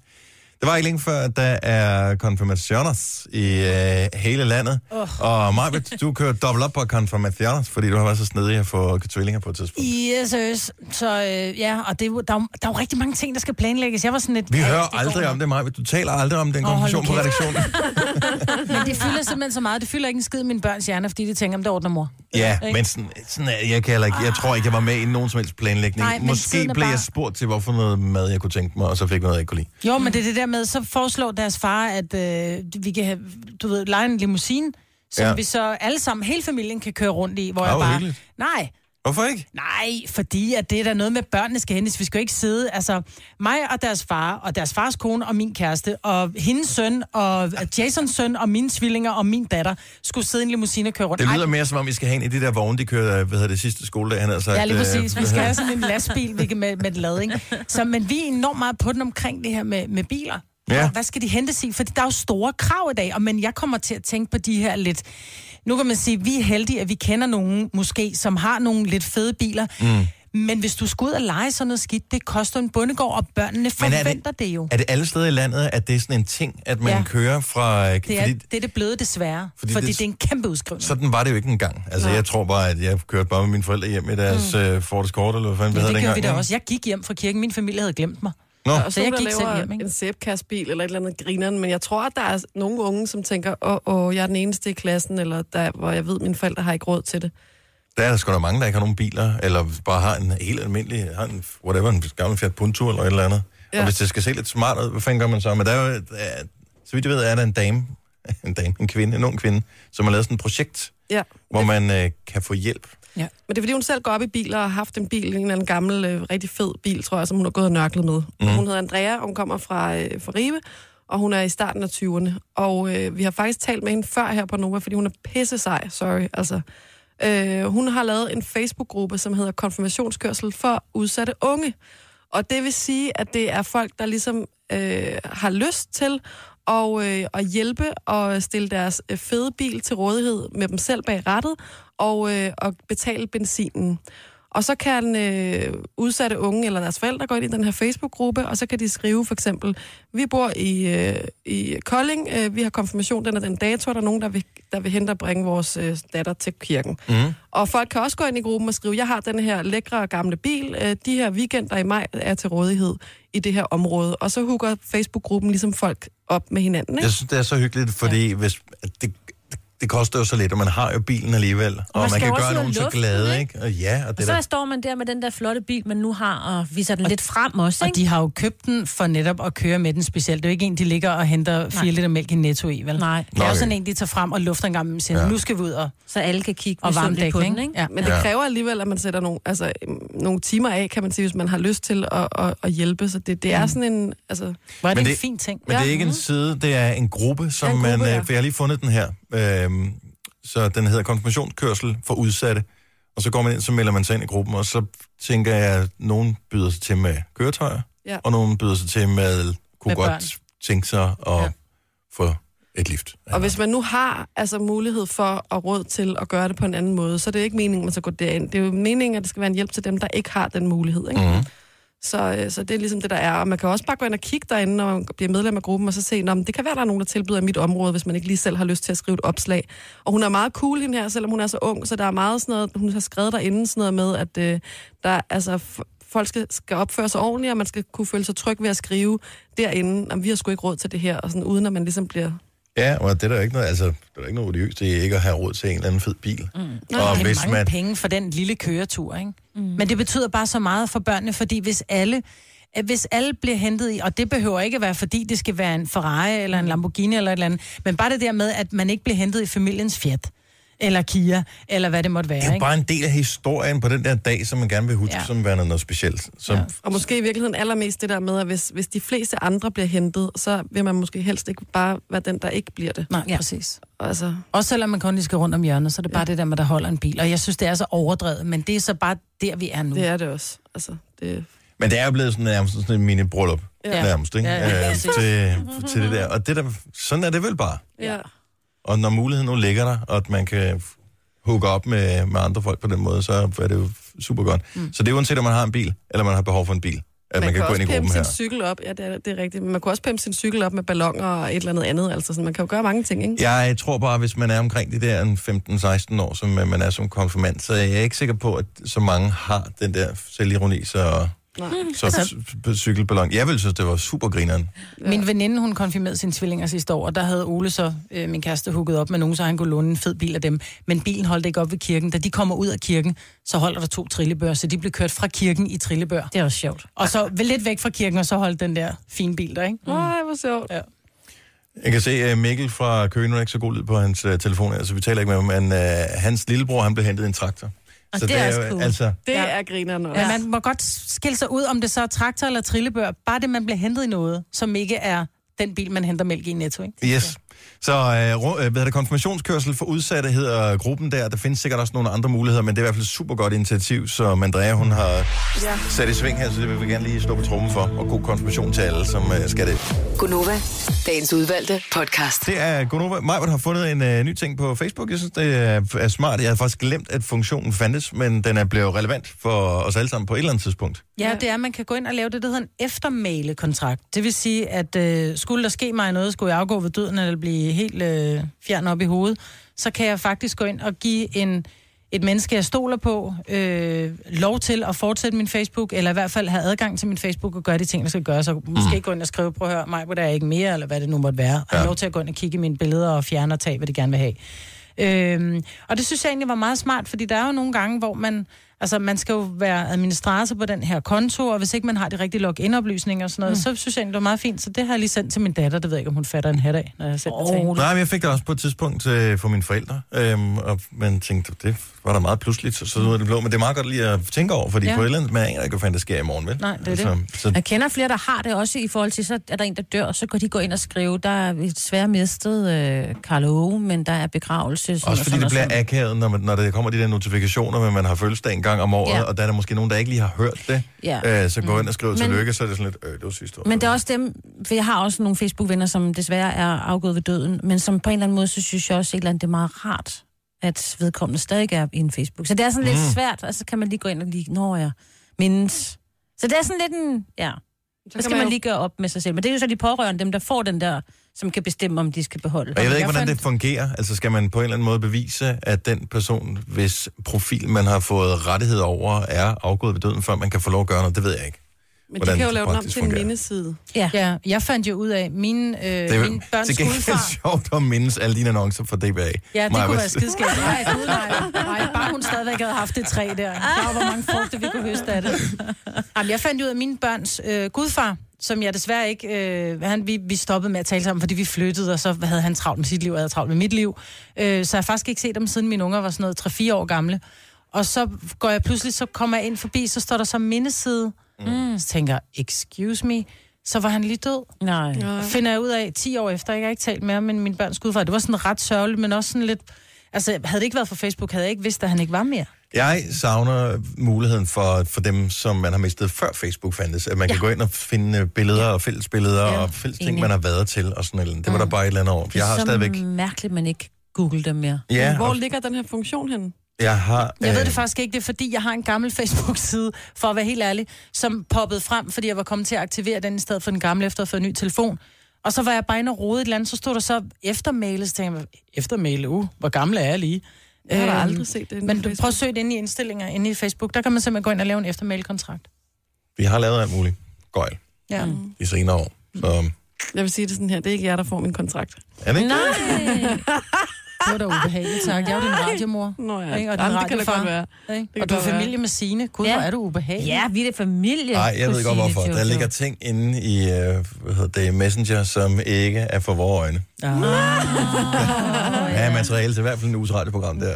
Speaker 1: Det var ikke længe før, at der er konfirmationer i øh, hele landet. Oh. Og Marvitt, du kører dobbelt op på konfirmationer, fordi du har været så snedig at få tvillinger på et tidspunkt.
Speaker 6: Yes, yes. Så øh, ja, og det, er jo- der, er jo- der er jo rigtig mange ting, der skal planlægges. Jeg var sådan lidt...
Speaker 1: Vi
Speaker 6: "Ej,
Speaker 1: hører
Speaker 6: det går
Speaker 1: aldrig
Speaker 6: nok."
Speaker 1: om det, Marvitt. Du taler aldrig om den
Speaker 6: Åh, hold nu
Speaker 1: konfirmation på redaktionen.
Speaker 6: <laughs> Men det fylder simpelthen så meget. Det fylder ikke en skid i mine børns hjerner, fordi de tænker, om det ordner mor.
Speaker 1: Ja,
Speaker 6: Ikke?
Speaker 1: men sådan, sådan er, jeg, kan heller ikke, jeg tror ikke, jeg var med i nogen som helst planlægning.
Speaker 6: Nej, men
Speaker 1: Måske
Speaker 6: tiden er
Speaker 1: blev jeg
Speaker 6: bare-
Speaker 1: spurgt til, hvorfor noget mad, jeg kunne tænke mig, og så fik jeg noget, jeg ikke kunne lide.
Speaker 6: Jo, men det er det der med, så foreslår deres far, at øh, vi kan have, du ved, lege en limousine, som
Speaker 1: Ja.
Speaker 6: ja. vi så alle sammen, hele familien kan køre rundt i, hvor
Speaker 1: Åh,
Speaker 6: jeg
Speaker 1: hvor
Speaker 6: bare...
Speaker 1: hyggeligt.
Speaker 6: Nej,
Speaker 1: Hvorfor ikke?
Speaker 6: Nej, fordi at det er der noget med, at børnene skal hentes. Vi skal jo ikke sidde, altså mig og deres far, og deres fars kone og min kæreste, og hendes søn, og øh, Jasons søn, og mine tvillinger, og min datter, skulle sidde i en limousine og køre rundt.
Speaker 1: Det
Speaker 6: Ej,
Speaker 1: lyder mere, som om vi skal have en i de der vogne, de kører, øh, hvad hedder det, sidste skoledag, han havde sagt.
Speaker 6: Ja, lige
Speaker 1: øh,
Speaker 6: præcis.
Speaker 1: <laughs>
Speaker 6: Vi
Speaker 1: hvad
Speaker 6: skal
Speaker 1: hedder
Speaker 6: have sådan en lastbil vi kan med, med et lad, ikke? Så, men vi er enormt meget på den omkring det her med, med biler.
Speaker 1: Ja.
Speaker 6: Og Hvad skal de hentes i? Fordi der er jo store krav i dag, og men jeg kommer til at tænke på de her lidt... Nu kan man sige, vi er heldige, at vi kender nogen, måske, som har nogle lidt fede biler. Mm. Men hvis du skal ud og lege sådan noget skidt, det koster en bundegård, og børnene
Speaker 1: Men er
Speaker 6: forventer det, det jo.
Speaker 1: Er det alle steder i landet, at det er sådan en ting, at man ja.
Speaker 6: Ja.
Speaker 1: kører fra...
Speaker 6: Det
Speaker 1: øh,
Speaker 6: er,
Speaker 1: fordi,
Speaker 6: det er det bløde desværre, fordi,
Speaker 1: Fordi
Speaker 6: fordi det,
Speaker 1: det-
Speaker 6: det er en kæmpe udskrivning.
Speaker 1: sådan var det jo ikke engang. Altså, jeg tror bare, at jeg kørte bare med mine forældre hjem i deres mm. uh, Ford Escort, eller hvad fanden
Speaker 6: ja, det
Speaker 1: hedder
Speaker 6: gjorde vi
Speaker 1: engang,
Speaker 6: da også. Jeg gik hjem fra kirken, min familie havde glemt mig.
Speaker 1: ikke? Nå,
Speaker 4: Og
Speaker 6: Så
Speaker 4: så,
Speaker 6: jeg
Speaker 4: jeg der
Speaker 6: gik selv
Speaker 4: laver
Speaker 6: hjem, ikke?
Speaker 4: en sæbkastbil eller et eller andet grineren, men jeg tror, at der er nogle unge, som tænker, åh, åh jeg er den eneste i klassen, eller der, hvor jeg ved, mine forældre har ikke råd til det.
Speaker 1: der er der sgu da mange, der ikke har nogen biler, eller bare har en helt almindelig, har en, whatever, en gammel Fiat Punto eller et eller andet. Ja.
Speaker 4: Ja.
Speaker 1: Og hvis det skal se lidt smart ud, hvad fanden gør man så? Men der er jo, der er, så vidt jeg ved, er der en dame, <laughs> en dame, en kvinde, en ung kvinde, som har lavet sådan et projekt,
Speaker 4: Ja.
Speaker 1: hvor man øh, kan få hjælp.
Speaker 4: Men det er, fordi hun selv går op i biler og har haft en bil, en eller anden gammel, øh, rigtig fed bil, tror jeg, som hun har gået og nørklet med. Mm. Hun hedder Andrea, og hun kommer fra, øh, fra Ribe, og hun er i starten af 20'erne. Og øh, vi har faktisk talt med hende før her på Nova, fordi hun er pisse sej, sorry. Altså, øh, hun har lavet en Facebook-gruppe, som hedder Konfirmationskørsel for udsatte unge. Og det vil sige, at det er folk, der ligesom øh, har lyst til og, øh, at hjælpe og stille deres øh, fede bil til rådighed med dem selv bag rattet og, øh, og betale benzinen. Og så kan øh, udsatte unge eller deres forældre gå ind i den her Facebook-gruppe, og så kan de skrive for eksempel, vi bor i, øh, i Kolding, øh, vi har konfirmation den og den dato, og der er nogen, der vil, der vil hente og bringe vores øh, datter til kirken. Mm. Og folk kan også gå ind i gruppen og skrive, jeg har den her lækre gamle bil, øh, de her weekender i maj er til rådighed i det her område. Og så hooker Facebook-gruppen ligesom folk op med hinanden. Ikke?
Speaker 1: <laughs> Jeg synes, det er så hyggeligt, fordi ja. hvis, det, det koster jo så lidt, og man har jo bilen alligevel. Og, man
Speaker 3: skal
Speaker 1: kan
Speaker 3: jo også
Speaker 1: gøre
Speaker 3: ud og
Speaker 1: nogen så
Speaker 3: lufte den,
Speaker 1: glade,
Speaker 3: ikke?
Speaker 1: ikke? Og ja, og
Speaker 3: Og
Speaker 1: det
Speaker 3: så
Speaker 1: der,
Speaker 3: står man der med den der flotte bil, man nu har, og viser den lidt frem også,
Speaker 6: Og
Speaker 3: ikke?
Speaker 6: de har jo købt den for netop at køre med den specielt. Det er jo ikke en, de ligger og henter 4 liter mælk i Netto i, vel?
Speaker 3: Nej.
Speaker 6: Det er
Speaker 1: Okay.
Speaker 6: jo sådan en, de tager frem og lufter en gang imellem og siger,
Speaker 1: Ja.
Speaker 6: ja. nu skal vi ud og,
Speaker 3: Så alle kan kigge
Speaker 6: og varme
Speaker 3: misundeligt
Speaker 6: dækken,
Speaker 3: på den,
Speaker 6: ikke?
Speaker 3: ikke?
Speaker 6: Ja.
Speaker 4: Men det
Speaker 1: Ja.
Speaker 4: ja. kræver alligevel, at man sætter nogle, altså, øhm, nogle timer af, kan man sige, hvis man har lyst til at, at, at hjælpe. Så det, det er sådan en... Altså,
Speaker 6: Hvor er det,
Speaker 1: Men
Speaker 6: det en
Speaker 1: det-
Speaker 6: fin ting.
Speaker 1: men det er ikke en side, det er en gruppe, som
Speaker 4: en gruppe,
Speaker 1: man...
Speaker 4: ja.
Speaker 1: øh, For jeg har lige fundet den her. Øhm, så den hedder konfirmationskørsel for udsatte. Og så går man ind, så melder man sig ind i gruppen, og så tænker jeg, at nogen byder sig til med køretøjer,
Speaker 4: Ja.
Speaker 1: og nogen byder sig til med, kunne
Speaker 6: Med
Speaker 1: godt
Speaker 6: børn.
Speaker 1: tænke sig at ja. få et lift.
Speaker 4: og hvis man nu har altså, mulighed for og råd til at gøre det på en anden måde, så er det jo ikke meningen, at man skal gå derind. Det er jo meningen, at det skal være en hjælp til dem, der ikke har den mulighed. Ikke? Mm. Så, øh, så det er ligesom det, der er. Og man kan også bare gå ind og kigge derinde, når man bliver medlem af gruppen, og så se, om det kan være, der er nogen, der tilbyder mit område, hvis man ikke lige selv har lyst til at skrive et opslag. Og hun er meget cool, hende her, selvom hun er så ung, så der er meget sådan noget, hun har skrevet derinde sådan noget med, at øh, der, altså, f- folk skal, skal opføre sig ordentligt, og man skal kunne føle sig tryg ved at skrive derinde, om vi har sgu ikke råd til det her, og sådan, uden at man ligesom bliver...
Speaker 1: Ja, og det er der jo ikke noget, altså, det er der ikke noget odiøst i ikke at have råd til en eller anden fed bil. Mm. og
Speaker 6: det er
Speaker 1: hvis
Speaker 6: mange
Speaker 1: man,
Speaker 6: penge for den lille køretur, ikke? Mm. Men det betyder bare så meget for børnene, fordi hvis alle at hvis alle bliver hentet i, og det behøver ikke at være, fordi det skal være en Ferrari eller
Speaker 3: Mm.
Speaker 6: en Lamborghini eller et eller andet, men bare det der med, at man ikke bliver hentet i familiens Fiat, eller Kia, eller hvad det måtte være,
Speaker 1: det er jo
Speaker 6: ikke?
Speaker 1: bare en del af historien på den der dag, som man gerne vil huske ja.
Speaker 6: Ja.
Speaker 1: som værende noget specielt. Som, ja.
Speaker 4: Og måske i virkeligheden allermest det der med, at hvis, hvis de fleste andre bliver hentet, så vil man måske helst ikke bare være den, der ikke bliver det.
Speaker 6: Nej, ja. præcis.
Speaker 4: Altså,
Speaker 6: Også selvom man kun lige skal rundt om hjørnet, så er det bare ja. det der med, at der holder en bil. Og jeg synes, det er så overdrevet, men det er så bare der, vi er nu.
Speaker 4: det er det også. Altså, det,
Speaker 1: Men det er jo blevet sådan, nærmest sådan et mini-bryllup, ja.
Speaker 4: Ja.
Speaker 1: nærmest, ikke?
Speaker 6: Ja, ja,
Speaker 1: øh, til, til det der. Og det der, sådan er det vel bare.
Speaker 4: ja.
Speaker 1: Og når muligheden nu ligger der, og at man kan hooke op med, med andre folk på den måde, så er det jo super godt. Mm. Så det er uanset, om man har en bil, eller man har behov for en bil, at man, man kan, kan gå ind i
Speaker 4: også pimpe
Speaker 1: gruppen
Speaker 4: sin
Speaker 1: her.
Speaker 4: cykel op. Ja, det er, det er rigtigt. Men man kan også pimpe sin cykel op med ballonger og et eller andet andet. Altså, sådan, man kan jo gøre mange ting, ikke?
Speaker 1: Jeg tror bare, hvis man er omkring de der en 15-16 år, som øh, man er som konfirmand, så er jeg ikke sikker på, at så mange har den der selvironi, så, så altså... cykelballon. Jeg ville synes, det var super grineren.
Speaker 6: Min veninde, hun konfirmerede sine tvillinger sidste år, og der havde Ole så, øh, min kæreste, hugget op med nogen, så han kunne låne en fed bil af dem. Men bilen holdt ikke op ved kirken. Da de kommer ud af kirken, så holder der to trillebør, så de blev kørt fra kirken i trillebør.
Speaker 3: Det er også sjovt.
Speaker 6: Og så vel lidt væk fra kirken, og så holdt den der fine bil der, ikke?
Speaker 3: Mm.
Speaker 4: Nej, hvor sjovt.
Speaker 6: Ja.
Speaker 1: Jeg kan se øh, Mikkel fra Køge, nu er der ikke så god lyd på hans øh, telefon, her, så vi taler ikke med ham, men øh, hans lillebror, han blev hentet i en traktor. Og så
Speaker 3: det er også cool.
Speaker 1: altså,
Speaker 4: Det
Speaker 6: Ja.
Speaker 4: er grineren også.
Speaker 6: Men man må godt skille sig ud, om det så er traktor eller trillebør. Bare det, man bliver hentet i noget, som ikke er den bil, man henter mælk i i netto, ikke?
Speaker 1: yes. Så øh, ru- øh, hvad hedder det, konfirmationskørsel for udsatte hedder gruppen der. Der findes sikkert også nogle andre muligheder, men det er i hvert fald et super godt initiativ, som Andrea hun har ja. sat i sving her, så det vil vi gerne lige slå på trummen for. Og god konfirmation til alle, som øh, skal det.
Speaker 7: Gunova, dagens udvalgte podcast.
Speaker 1: Det er Gunova. Majbert har fundet en øh, ny ting på Facebook. Jeg synes, det er, er smart. Jeg havde faktisk glemt, at funktionen fandtes, men den er blevet relevant for os alle sammen på et eller andet tidspunkt.
Speaker 6: Ja, det er, at man kan gå ind og lave det, der hedder en eftermælekontrakt. Det vil sige, at øh, skulle der ske mig noget, skulle jeg afgå ved døden eller blive helt øh, fjern op i hovedet, så kan jeg faktisk gå ind og give en, et menneske, jeg stoler på, øh, lov til at fortsætte min Facebook, eller i hvert fald have adgang til min Facebook og gøre de ting, der skal gøres. Og måske gå ind og skrive, prøv at høre mig, hvor der er ikke mere, eller hvad det nu måtte være. Og have lov til at gå ind og kigge i mine billeder og fjerne og tage, hvad de gerne vil have. Øhm, og det synes jeg egentlig var meget smart, fordi der er jo nogle gange, hvor man... Altså, man skal jo være administrator på den her konto, og hvis ikke man har de rigtige login-oplysninger og sådan noget, mm. så synes jeg egentlig, det var meget fint. Så det har jeg lige sendt til min datter. Det ved jeg ikke, om hun fatter en hat af, når jeg sender oh, til hende.
Speaker 1: Nej, men jeg fik det også på et tidspunkt øh, for mine forældre, øhm, og man tænkte, det var da meget pludseligt, så, så ud af det blå. Men det er meget godt lige at tænke over, fordi ja.
Speaker 6: Ja.
Speaker 1: på et eller andet, man aner ikke, hvad fanden der sker i morgen, vel?
Speaker 6: Nej, det er
Speaker 1: det. Så,
Speaker 3: Jeg kender flere, der har det også i forhold til, så er der en, der dør, og så går de gå ind og skrive, der er desværre mistet øh, Karl Åge, men der er begravelse. sådan
Speaker 1: også
Speaker 3: og
Speaker 1: fordi
Speaker 3: sådan
Speaker 1: det
Speaker 3: og
Speaker 1: bliver
Speaker 3: sådan.
Speaker 1: akavet, når, man, når der kommer de der notifikationer, men man har fødselsdag en gang om året, ja.
Speaker 3: Ja.
Speaker 1: og der er der måske nogen, der ikke lige har hørt det,
Speaker 3: Ja.
Speaker 1: øh, så går ind og skriver
Speaker 3: Men-
Speaker 1: tillykke, så er det sådan lidt, øh, det var sidste år.
Speaker 3: Men det er også dem, for jeg har også nogle Facebook-venner, som desværre er afgået ved døden, men som på en eller anden måde, så synes jeg også, et eller andet, det er meget rart, at vedkommende stadig er i en Facebook. Så det er sådan
Speaker 6: Mm.
Speaker 3: lidt svært, og så kan man lige gå ind og lige, når jeg mindes. Så det er sådan lidt en, ja, så skal
Speaker 4: man
Speaker 3: man,
Speaker 4: jo-
Speaker 3: lige gøre op med sig selv. Men det er jo så de pårørende, dem der får den der, som kan bestemme, om de skal beholde.
Speaker 1: Og jeg ved ikke,
Speaker 6: Jeg
Speaker 1: hvordan det
Speaker 6: fandt-
Speaker 1: fungerer. Altså, skal man på en eller anden måde bevise, at den person, hvis profil man har fået rettighed over, er afgået ved døden, før man kan få lov at gøre noget? Det ved jeg ikke.
Speaker 4: Men
Speaker 1: Hvordan
Speaker 4: de kan jo
Speaker 1: det
Speaker 4: lave den om
Speaker 1: praktisk
Speaker 4: til en
Speaker 1: fungerer.
Speaker 4: mindeside.
Speaker 6: Ja, jeg fandt jo ud af, mine, øh,
Speaker 1: Det er
Speaker 6: mine
Speaker 1: jo
Speaker 6: børns
Speaker 1: til gengæld
Speaker 6: skolefar...
Speaker 1: <laughs> sjovt at mindes alle dine annoncer fra DBA.
Speaker 6: Ja, det
Speaker 1: Maja,
Speaker 6: kunne
Speaker 1: hvad-
Speaker 6: være skidskægt. Nej, gud, nej, nej, bare hun stadigvæk havde haft det træ der. Der hvor mange frugter, vi kunne høste af det. Jamen, jeg fandt ud af mine børns øh, gudfar, som jeg desværre ikke... Øh, han, vi, vi stoppede med at tale sammen, fordi vi flyttede, og så havde han travlt med sit liv, og jeg havde travlt med mit liv. Øh, så jeg har faktisk ikke set dem, siden mine unger var sådan noget 3-4 år gamle. Og så går jeg pludselig, så kommer jeg ind forbi, så står der så mindeside. Mm. Så tænker jeg, excuse me, så var han lige død.
Speaker 3: Nej.
Speaker 4: Ja.
Speaker 6: Og finder jeg ud af 10 år efter, jeg har ikke talt mere med mine børns gudfar. Det var sådan ret sørgeligt, men også sådan lidt... Altså, havde det ikke været for Facebook, havde jeg ikke vidst, at han ikke var mere.
Speaker 1: Jeg savner muligheden for, for dem, som man har mistet før Facebook fandtes, at man ja. kan gå ind og finde øh, billeder og fælles billeder ja.
Speaker 3: Ja,
Speaker 1: og fælles ting,
Speaker 3: enig.
Speaker 1: man har været til og sådan noget. Det var der bare et eller andet over. Jeg har stadigvæk...
Speaker 3: Det er så mærkeligt, man ikke google dem mere.
Speaker 1: Ja,
Speaker 4: Hvor
Speaker 1: og
Speaker 4: ligger den her funktion henne?
Speaker 1: jeg har...
Speaker 6: Jeg ved det
Speaker 1: øh,
Speaker 6: faktisk ikke, det er fordi, jeg har en gammel <laughs> Facebook-side, for at være helt ærlig, som poppede frem, fordi jeg var kommet til at aktivere den i stedet for den gamle efter at få en ny telefon. Og så var jeg bare inde og rode et eller andet, så stod der så eftermæle, så tænkte jeg, eftermæle, uh, hvor gamle er jeg lige?
Speaker 4: Jeg har da
Speaker 6: Øhm,
Speaker 4: aldrig set det. inde
Speaker 6: Men
Speaker 4: på
Speaker 6: du
Speaker 4: Facebook.
Speaker 6: prøv at søge det inde i indstillinger, inde i Facebook, der kan man simpelthen gå ind og lave en eftermælekontrakt.
Speaker 1: Vi har lavet alt muligt gøjl
Speaker 6: Ja. Mm.
Speaker 1: de senere år. Så,
Speaker 4: Jeg vil sige det sådan her, det er ikke jer, der får min kontrakt.
Speaker 1: er det ikke?
Speaker 3: Nej!
Speaker 6: Det var da ubehageligt, tak. Jeg er jo din radiomor.
Speaker 4: Nå ja,
Speaker 6: Ikke? Og din
Speaker 4: Jamen, det kan da
Speaker 6: radiofar.
Speaker 4: godt være.
Speaker 6: Ikke?
Speaker 4: kan
Speaker 6: Og du er
Speaker 4: godt være.
Speaker 6: familie med sine. Gud,
Speaker 3: Ja.
Speaker 6: hvor er du ubehagelig.
Speaker 3: Ja, vi er det familie.
Speaker 1: Nej, jeg ved godt
Speaker 3: kusine,
Speaker 1: hvorfor. Der
Speaker 3: Jojo.
Speaker 1: ligger ting inde i øh, hvad hedder det, Messenger, som ikke er for vores øjne. <laughs>
Speaker 3: Åh,
Speaker 1: Ja, materiale til i hvert fald en uges radioprogram der.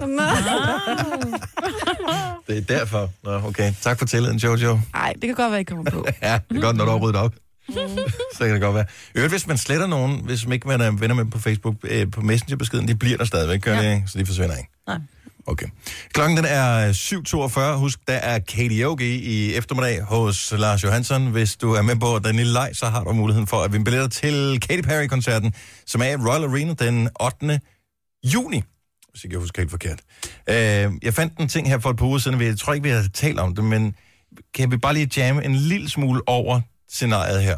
Speaker 1: <laughs> det er derfor. Nå, okay. Tak for tilliden, Jojo.
Speaker 4: Nej, det kan godt være, I kommer på.
Speaker 1: Ja, det er godt, når du har ryddet op. så kan det godt være. I øvrigt, hvis man sletter nogen, hvis man ikke man er venner med dem på Facebook, øh, på Messenger-beskeden, de bliver der stadigvæk, gør ja. det, ikke? så de forsvinder ikke.
Speaker 6: Nej.
Speaker 1: Okay. Klokken den er 7.42. Husk, der er karaoke i eftermiddag hos Lars Johansson. Hvis du er med på den lille leg, så har du muligheden for at vinde billetter til Katy Perry-koncerten, som er i Royal Arena den 8. juni. Hvis ikke jeg husker helt forkert. Øh, jeg fandt en ting her for et par uger siden, vi- jeg tror ikke, vi har talt om det, men kan vi bare lige jamme en lille smule over scenariet her.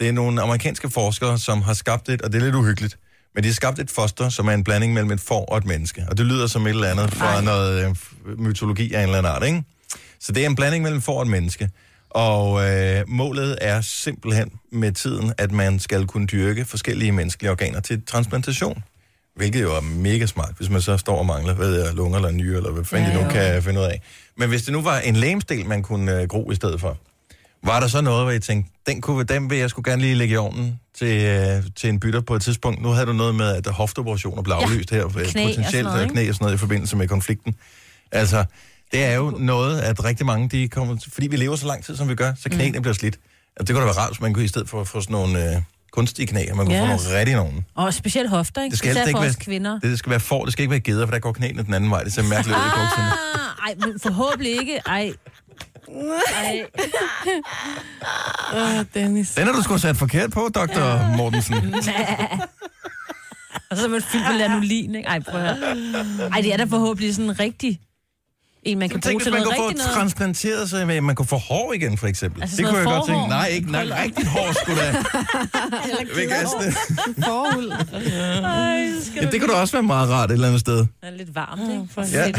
Speaker 1: Det er nogle amerikanske forskere, som har skabt et, og det er lidt uhyggeligt, men de har skabt et foster, som er en blanding mellem et får og et menneske. Og det lyder som et eller andet fra noget øh, f- mytologi af en eller anden art, ikke? Så det er en blanding mellem får og et menneske. Og øh, målet er simpelthen med tiden, at man skal kunne dyrke forskellige menneskelige organer til transplantation. Hvilket jo er mega smart, hvis man så står og mangler, hvad ved jeg, lunger eller nyre, eller hvad fanden ja, de nu kan finde ud af. Men hvis det nu var en lemsdel, man kunne øh, gro i stedet for, var der så noget, hvor I tænkte, den, kunne, den vil jeg skulle gerne lige lægge i ovnen til, øh, til en bytter på et tidspunkt? Nu havde du noget med, at hofteoperationer blev aflyst ja, her, øh,
Speaker 3: knæ og sådan
Speaker 1: potentielt
Speaker 3: noget,
Speaker 1: og
Speaker 3: ikke?
Speaker 1: knæ og sådan noget i forbindelse med konflikten. Altså, det er jo noget, at rigtig mange, de kommer, fordi vi lever så lang tid, som vi gør, så knæene
Speaker 3: Mm.
Speaker 1: bliver slidt. Altså, det kunne da være rart, hvis man kunne i stedet for at få sådan nogle øh, kunstige knæ, at man kunne yes. få
Speaker 3: Ja.
Speaker 1: nogle rigtige nogen.
Speaker 3: Og specielt hofter, ikke?
Speaker 1: Det skal helst
Speaker 3: Især
Speaker 1: ikke
Speaker 3: for
Speaker 1: være,
Speaker 3: os kvinder.
Speaker 1: Det, det skal være for, det skal ikke være geder, for der går knæene den anden vej. Det ser mærkeligt ud i bukserne.
Speaker 3: Ah, ej, men forhåbentlig ikke. Ej. ej.
Speaker 4: Åh, Dennis.
Speaker 1: Den har du sgu sat forkert på, doktor Mortensen.
Speaker 3: Mm. Og så er man fyldt med lanolin, ikke? Ej, prøv at høre. Ej, det er da forhåbentlig sådan en rigtig... En, man kan bruge
Speaker 1: Tænk,
Speaker 3: til
Speaker 1: hvis man
Speaker 3: noget
Speaker 1: kunne få
Speaker 3: rigtigt noget.
Speaker 1: transplanteret sig, at man kunne få hår igen, for eksempel.
Speaker 3: Altså
Speaker 1: det
Speaker 3: sådan
Speaker 1: kunne jeg
Speaker 3: noget
Speaker 1: godt tænke.
Speaker 3: forhår?
Speaker 1: Nej, ikke nej, rigtigt hår, skulle
Speaker 3: <laughs>
Speaker 1: da. Jeg vil ikke have sådan et-
Speaker 4: Forhul.
Speaker 1: ja, det kunne da også være meget rart et eller andet sted.
Speaker 3: Det er lidt varmt, ikke? For
Speaker 1: Ja.
Speaker 3: ja.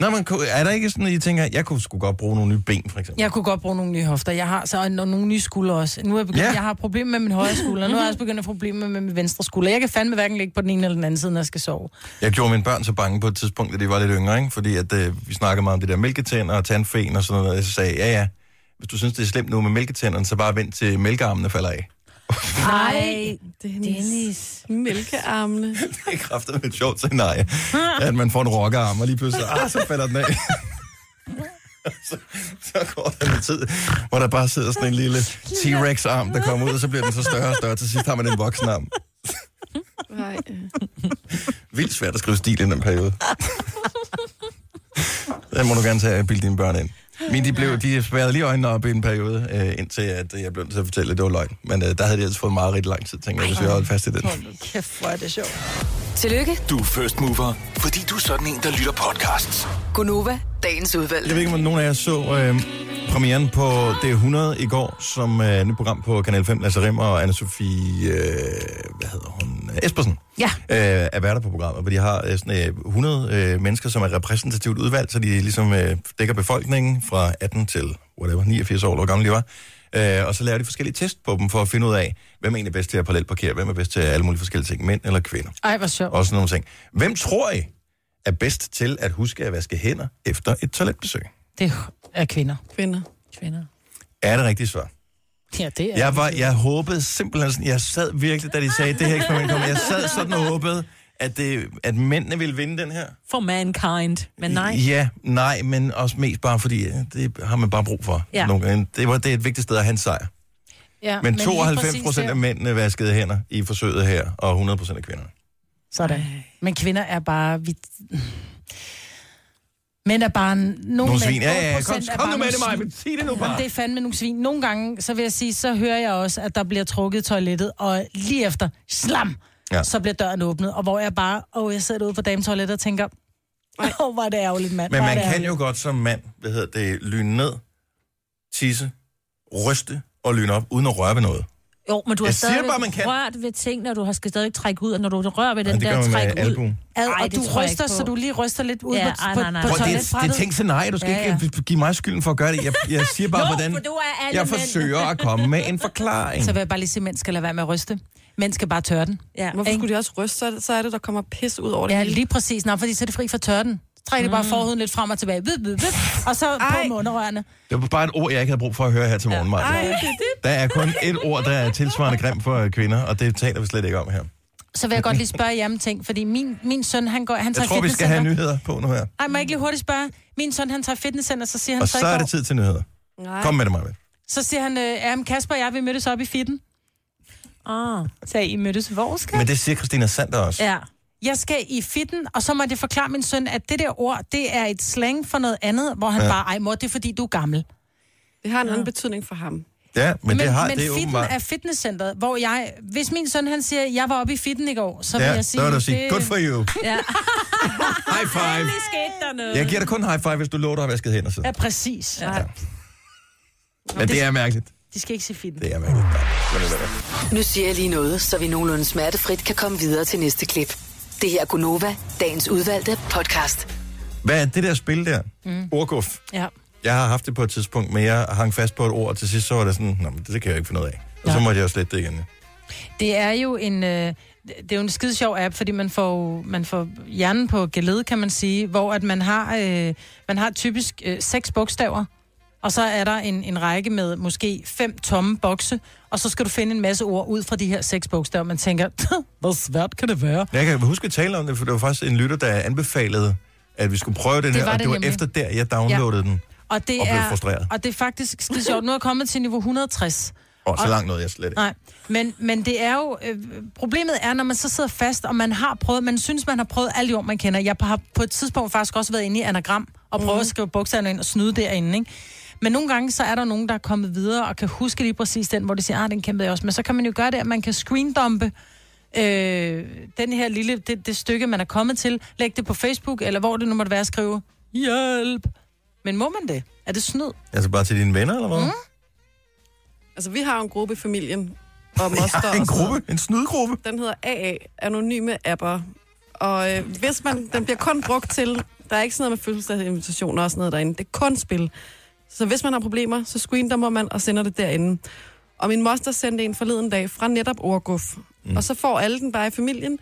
Speaker 1: Nå, man kunne, er der ikke sådan, at I tænker, jeg kunne sgu godt bruge nogle nye ben, for eksempel?
Speaker 6: Jeg kunne godt bruge nogle nye hofter. Jeg har så og nogle nye skuldre også. Nu er jeg, begyndt,
Speaker 1: Ja.
Speaker 6: ja. Mhm. jeg har problemer med min højre skulder, og nu har jeg også begyndt at have problemer med min venstre skulder. Jeg kan fandme hverken ligge på den ene eller den anden side, når jeg skal sove.
Speaker 1: Jeg gjorde mine børn så bange på et tidspunkt, da de var lidt yngre, ikke? fordi at, øh, vi snakkede meget om det der mælketænder og tandfen og sådan noget, og så sagde jeg, ja ja, hvis du synes, det er slemt nu med mælketænderne, så bare vent til mælkearmene falder af. <laughs>
Speaker 3: Ej,
Speaker 4: Dennis.
Speaker 3: Dennis.
Speaker 4: Mælkearmene.
Speaker 1: Det er kraftigt med et sjovt scenarie, at man får en rockerarm, og lige pludselig, ah, så falder den af. så, så går der en tid, hvor der bare sidder sådan en lille T-Rex-arm, der kommer ud, og så bliver den så større og større, til sidst har man en voksen arm.
Speaker 4: Nej. øh,
Speaker 1: Vildt svært at skrive stil i den periode. Den må du gerne tage og bilde dine børn ind. Men de, blev, de spærrede lige øjnene op i en periode, øh, indtil at øh, jeg blev nødt til at fortælle, at det var løgn. Men øh, der havde de altså fået meget rigtig lang tid, tænker jeg, hvis jeg holdt fast i det.
Speaker 6: Kæft, hvor er det sjovt.
Speaker 7: Tillykke,
Speaker 5: Du er first mover, fordi du er sådan en, der lytter podcasts.
Speaker 7: Gunova, dagens
Speaker 1: Jeg
Speaker 7: udvalgte.
Speaker 1: ved ikke, om nogen af jer så øh, premieren på D100 i går, som er et nyt program på Kanal 5. Lasse Rimmer og Anna-Sophie, øh, hvad hedder hun, Espersen,
Speaker 3: Ja.
Speaker 1: øh, er værter på programmet, hvor de har øh, sådan, øh, 100 øh, mennesker, som er repræsentativt udvalgt, så de ligesom øh, dækker befolkningen fra 18 til whatever, 89 år, eller hvor gamle de var. Øh, og så laver de forskellige test på dem for at finde ud af, hvem er egentlig bedst til at parallelparkere, hvem er bedst til alle mulige forskellige ting, mænd eller kvinder
Speaker 6: Ej, hvor sjovt.
Speaker 1: og sådan nogle ting. Hvem tror I er bedst til at huske at vaske hænder efter et toiletbesøg?
Speaker 6: Det er kvinder.
Speaker 4: Kvinder.
Speaker 3: Kvinder.
Speaker 1: Er det rigtigt svar?
Speaker 6: Ja, det er.
Speaker 1: Jeg, var, jeg håbede simpelthen sådan, jeg sad virkelig, da de sagde, det her eksperiment kom, jeg sad sådan og håbede, at, det, at mændene ville vinde den her.
Speaker 3: For mankind. Men nej.
Speaker 1: Ja, nej, men også mest bare fordi, øh, det har man bare brug for.
Speaker 3: Ja.
Speaker 1: Nogle gange. Det, var, det er et vigtigt sted at have en sejr.
Speaker 6: Ja,
Speaker 1: Men,
Speaker 6: lige
Speaker 1: 92
Speaker 6: præcis
Speaker 1: procent
Speaker 6: der.
Speaker 1: af mændene vaskede hænder i forsøget her, og 100 procent af kvinderne.
Speaker 6: Sådan. Men kvinder er bare... Vi... Mænd er bare... Nogle,
Speaker 1: Nogle
Speaker 6: mænd-
Speaker 1: svin. Ja, ja, ja.
Speaker 6: 8%
Speaker 1: Kom,
Speaker 6: er
Speaker 1: kom
Speaker 6: bare
Speaker 1: nu med
Speaker 6: nogle
Speaker 1: det, Maja,
Speaker 6: svin.
Speaker 1: men sig det nu
Speaker 6: Jamen,
Speaker 1: bare.
Speaker 6: det er fandme nogle svin. Nogle gange, så vil jeg sige, så hører jeg også, at der bliver trukket i toilettet, og lige efter, slam,
Speaker 1: Ja.
Speaker 6: ja. så bliver døren åbnet. Og hvor jeg bare, åh, jeg sidder ude på dametoilettet og tænker, <laughs> åh, hvor er det ærgerligt, mand.
Speaker 1: Men
Speaker 6: Hvor er
Speaker 1: man
Speaker 6: det
Speaker 1: kan
Speaker 6: ærgerligt.
Speaker 1: jo godt som mand, hvad hedder det, lyne ned, tisse, ryste og lyne op, uden at røre ved noget.
Speaker 3: Jo, men du har
Speaker 1: Jeg siger
Speaker 3: stadigvæk
Speaker 1: bare, man kan.
Speaker 3: rørt ved ting, når du har skal stadigvæk trække ud, og når du rører ved
Speaker 1: Nej,
Speaker 3: den
Speaker 1: det gør
Speaker 3: der
Speaker 1: man med
Speaker 3: træk ud.
Speaker 1: albuen.
Speaker 6: Ad,
Speaker 3: Ej,
Speaker 6: og
Speaker 3: det
Speaker 6: du
Speaker 3: tror jeg
Speaker 6: ryster,
Speaker 3: ikke på.
Speaker 6: så du lige ryster lidt ud
Speaker 3: Ja,
Speaker 6: på,
Speaker 3: ej,
Speaker 6: på,
Speaker 3: nej, nej.
Speaker 6: på
Speaker 3: Prøv,
Speaker 1: Prøv, det, er- det er
Speaker 6: toiletbrættet.
Speaker 1: tænkt scenarie, du skal
Speaker 6: Ja,
Speaker 1: ja, ja. ikke øh, give mig skylden for at gøre det. Jeg, jeg siger bare,
Speaker 3: Jo,
Speaker 1: hvordan...
Speaker 3: for du er alle
Speaker 1: Jeg
Speaker 3: mænd.
Speaker 1: forsøger at komme med en forklaring.
Speaker 6: Så vil jeg bare lige sige, at mænd skal lade være med at ryste. Mænd skal bare tørre den.
Speaker 3: Ja.
Speaker 4: Hvorfor skulle de også ryste? Så er det, så er det der kommer pis ud over det
Speaker 6: Ja,
Speaker 4: hele.
Speaker 6: lige præcis. Nej, fordi så er det fri for tørten. Så trækker mm. det bare forhuden lidt frem og tilbage. Vip, vip, vip. Og så Ej. på med underrørene.
Speaker 1: Det var bare et ord, jeg ikke havde brug for at høre her til morgen, Maja. Der er kun et ord, der er tilsvarende grim for kvinder, og det taler vi slet ikke om her.
Speaker 6: Så vil jeg godt lige spørge jer om ting, fordi min, min søn, han går... Han
Speaker 1: Jeg
Speaker 6: tager
Speaker 1: tror, vi skal have nyheder på nu her.
Speaker 6: Ej, må jeg ikke lige hurtigt spørge? Min søn, han tager fitnesscenter, så siger han
Speaker 1: Og
Speaker 6: så,
Speaker 1: så
Speaker 6: i går,
Speaker 1: er det tid til nyheder.
Speaker 4: Nej.
Speaker 1: Kom med det, Maja.
Speaker 6: så siger han, øh, ja, men Kasper og jeg, vi mødtes op i fitten.
Speaker 3: Ah,
Speaker 6: Så I mødtes hvor, skal?
Speaker 1: Men det siger Christina Sander også.
Speaker 3: ja.
Speaker 6: Jeg skal i fitten, og så må jeg forklare min søn, at det der ord, det er et slang for noget andet, hvor han ja. bare, ej mor, det er fordi, du er gammel.
Speaker 4: Det har en anden betydning for ham.
Speaker 1: Ja, men, det har
Speaker 6: men
Speaker 1: det
Speaker 6: fitten
Speaker 1: åbenbart.
Speaker 6: er fitnesscenteret, hvor jeg, hvis min søn han siger, jeg var oppe i fitten i går, så vil
Speaker 1: Ja,
Speaker 6: jeg
Speaker 1: så
Speaker 6: sige,
Speaker 1: vil du sige, good for you.
Speaker 3: ja.
Speaker 1: <laughs> High five.
Speaker 3: Det skete der noget.
Speaker 1: Jeg giver dig kun high five, hvis du lover dig at have vasket hænder. Så.
Speaker 6: Ja, præcis. Ja.
Speaker 1: Men det er mærkeligt.
Speaker 6: De skal ikke sige fitten.
Speaker 1: Det er mærkeligt. Nej, lad det være.
Speaker 7: Nu siger jeg lige noget, så vi nogenlunde smertefrit kan komme videre til næste klip. Det her er Gunova, dagens udvalgte podcast.
Speaker 1: Hvad er det der spil der? Mm. Ordguf.
Speaker 6: Ja.
Speaker 1: Jeg har haft det på et tidspunkt, men jeg hang fast på et ord, og til sidst så var det sådan, Nå, men det kan jeg ikke finde ud af. Og så
Speaker 6: Nej.
Speaker 1: måtte jeg jo slette det igen.
Speaker 6: Det er jo en, øh, det er jo en skide sjov app, fordi man får, man får hjernen på gelede, kan man sige, hvor at man har, øh, man har typisk øh, seks bogstaver, og så er der en, en række med måske fem tomme bokse, og så skal du finde en masse ord ud fra de her seks bogstaver. Man tænker, <laughs> hvor svært kan det være?
Speaker 1: Jeg kan huske, at tale om det, for det var faktisk en lytter, der anbefalede, at vi skulle prøve den
Speaker 6: Det
Speaker 1: her,
Speaker 6: var
Speaker 1: og
Speaker 6: det
Speaker 1: det var
Speaker 6: nemlig.
Speaker 1: efter der, jeg downloadede ja. den.
Speaker 6: Og det
Speaker 1: Og blev
Speaker 6: er,
Speaker 1: frustreret.
Speaker 6: Og det er faktisk skide sjovt. Nu er jeg kommet til niveau 160.
Speaker 1: Og så
Speaker 6: Og-
Speaker 1: langt nåede jeg slet ikke.
Speaker 6: Nej, men, men det er jo... Øh, problemet er, når man så sidder fast, og man har prøvet... Man synes, man har prøvet alle de ord, man kender. Jeg har på et tidspunkt faktisk også været inde i anagram, og prøvet at skrive bogstaverne ind og snyde derinde, ikke? Men nogle gange, så er der nogen, der er kommet videre, og kan huske lige præcis den, hvor de siger, ah, den kæmpede jeg også. Men så kan man jo gøre det, at man kan screendumpe øh, den her lille, det, det stykke, man er kommet til. Læg det på Facebook, eller hvor det nu måtte være at skrive, hjælp. Men må man det? Er det snyd?
Speaker 1: Altså bare til dine venner, eller hvad? Mm.
Speaker 4: Altså, vi har jo en gruppe i familien. Og moster og sådan
Speaker 1: en
Speaker 4: noget.
Speaker 1: gruppe, en snydgruppe.
Speaker 4: Den hedder AA, Anonyme Apper. Og øh, hvis man, den bliver kun brugt til, der er ikke sådan noget med fødselsdagsinvitationer og sådan noget derinde. Det er kun spil. Så hvis man har problemer, så screendummer man og sender det derinde. Og min moster sendte en forleden dag fra netop Orguf. Mm. Og så får alle den bare i familien.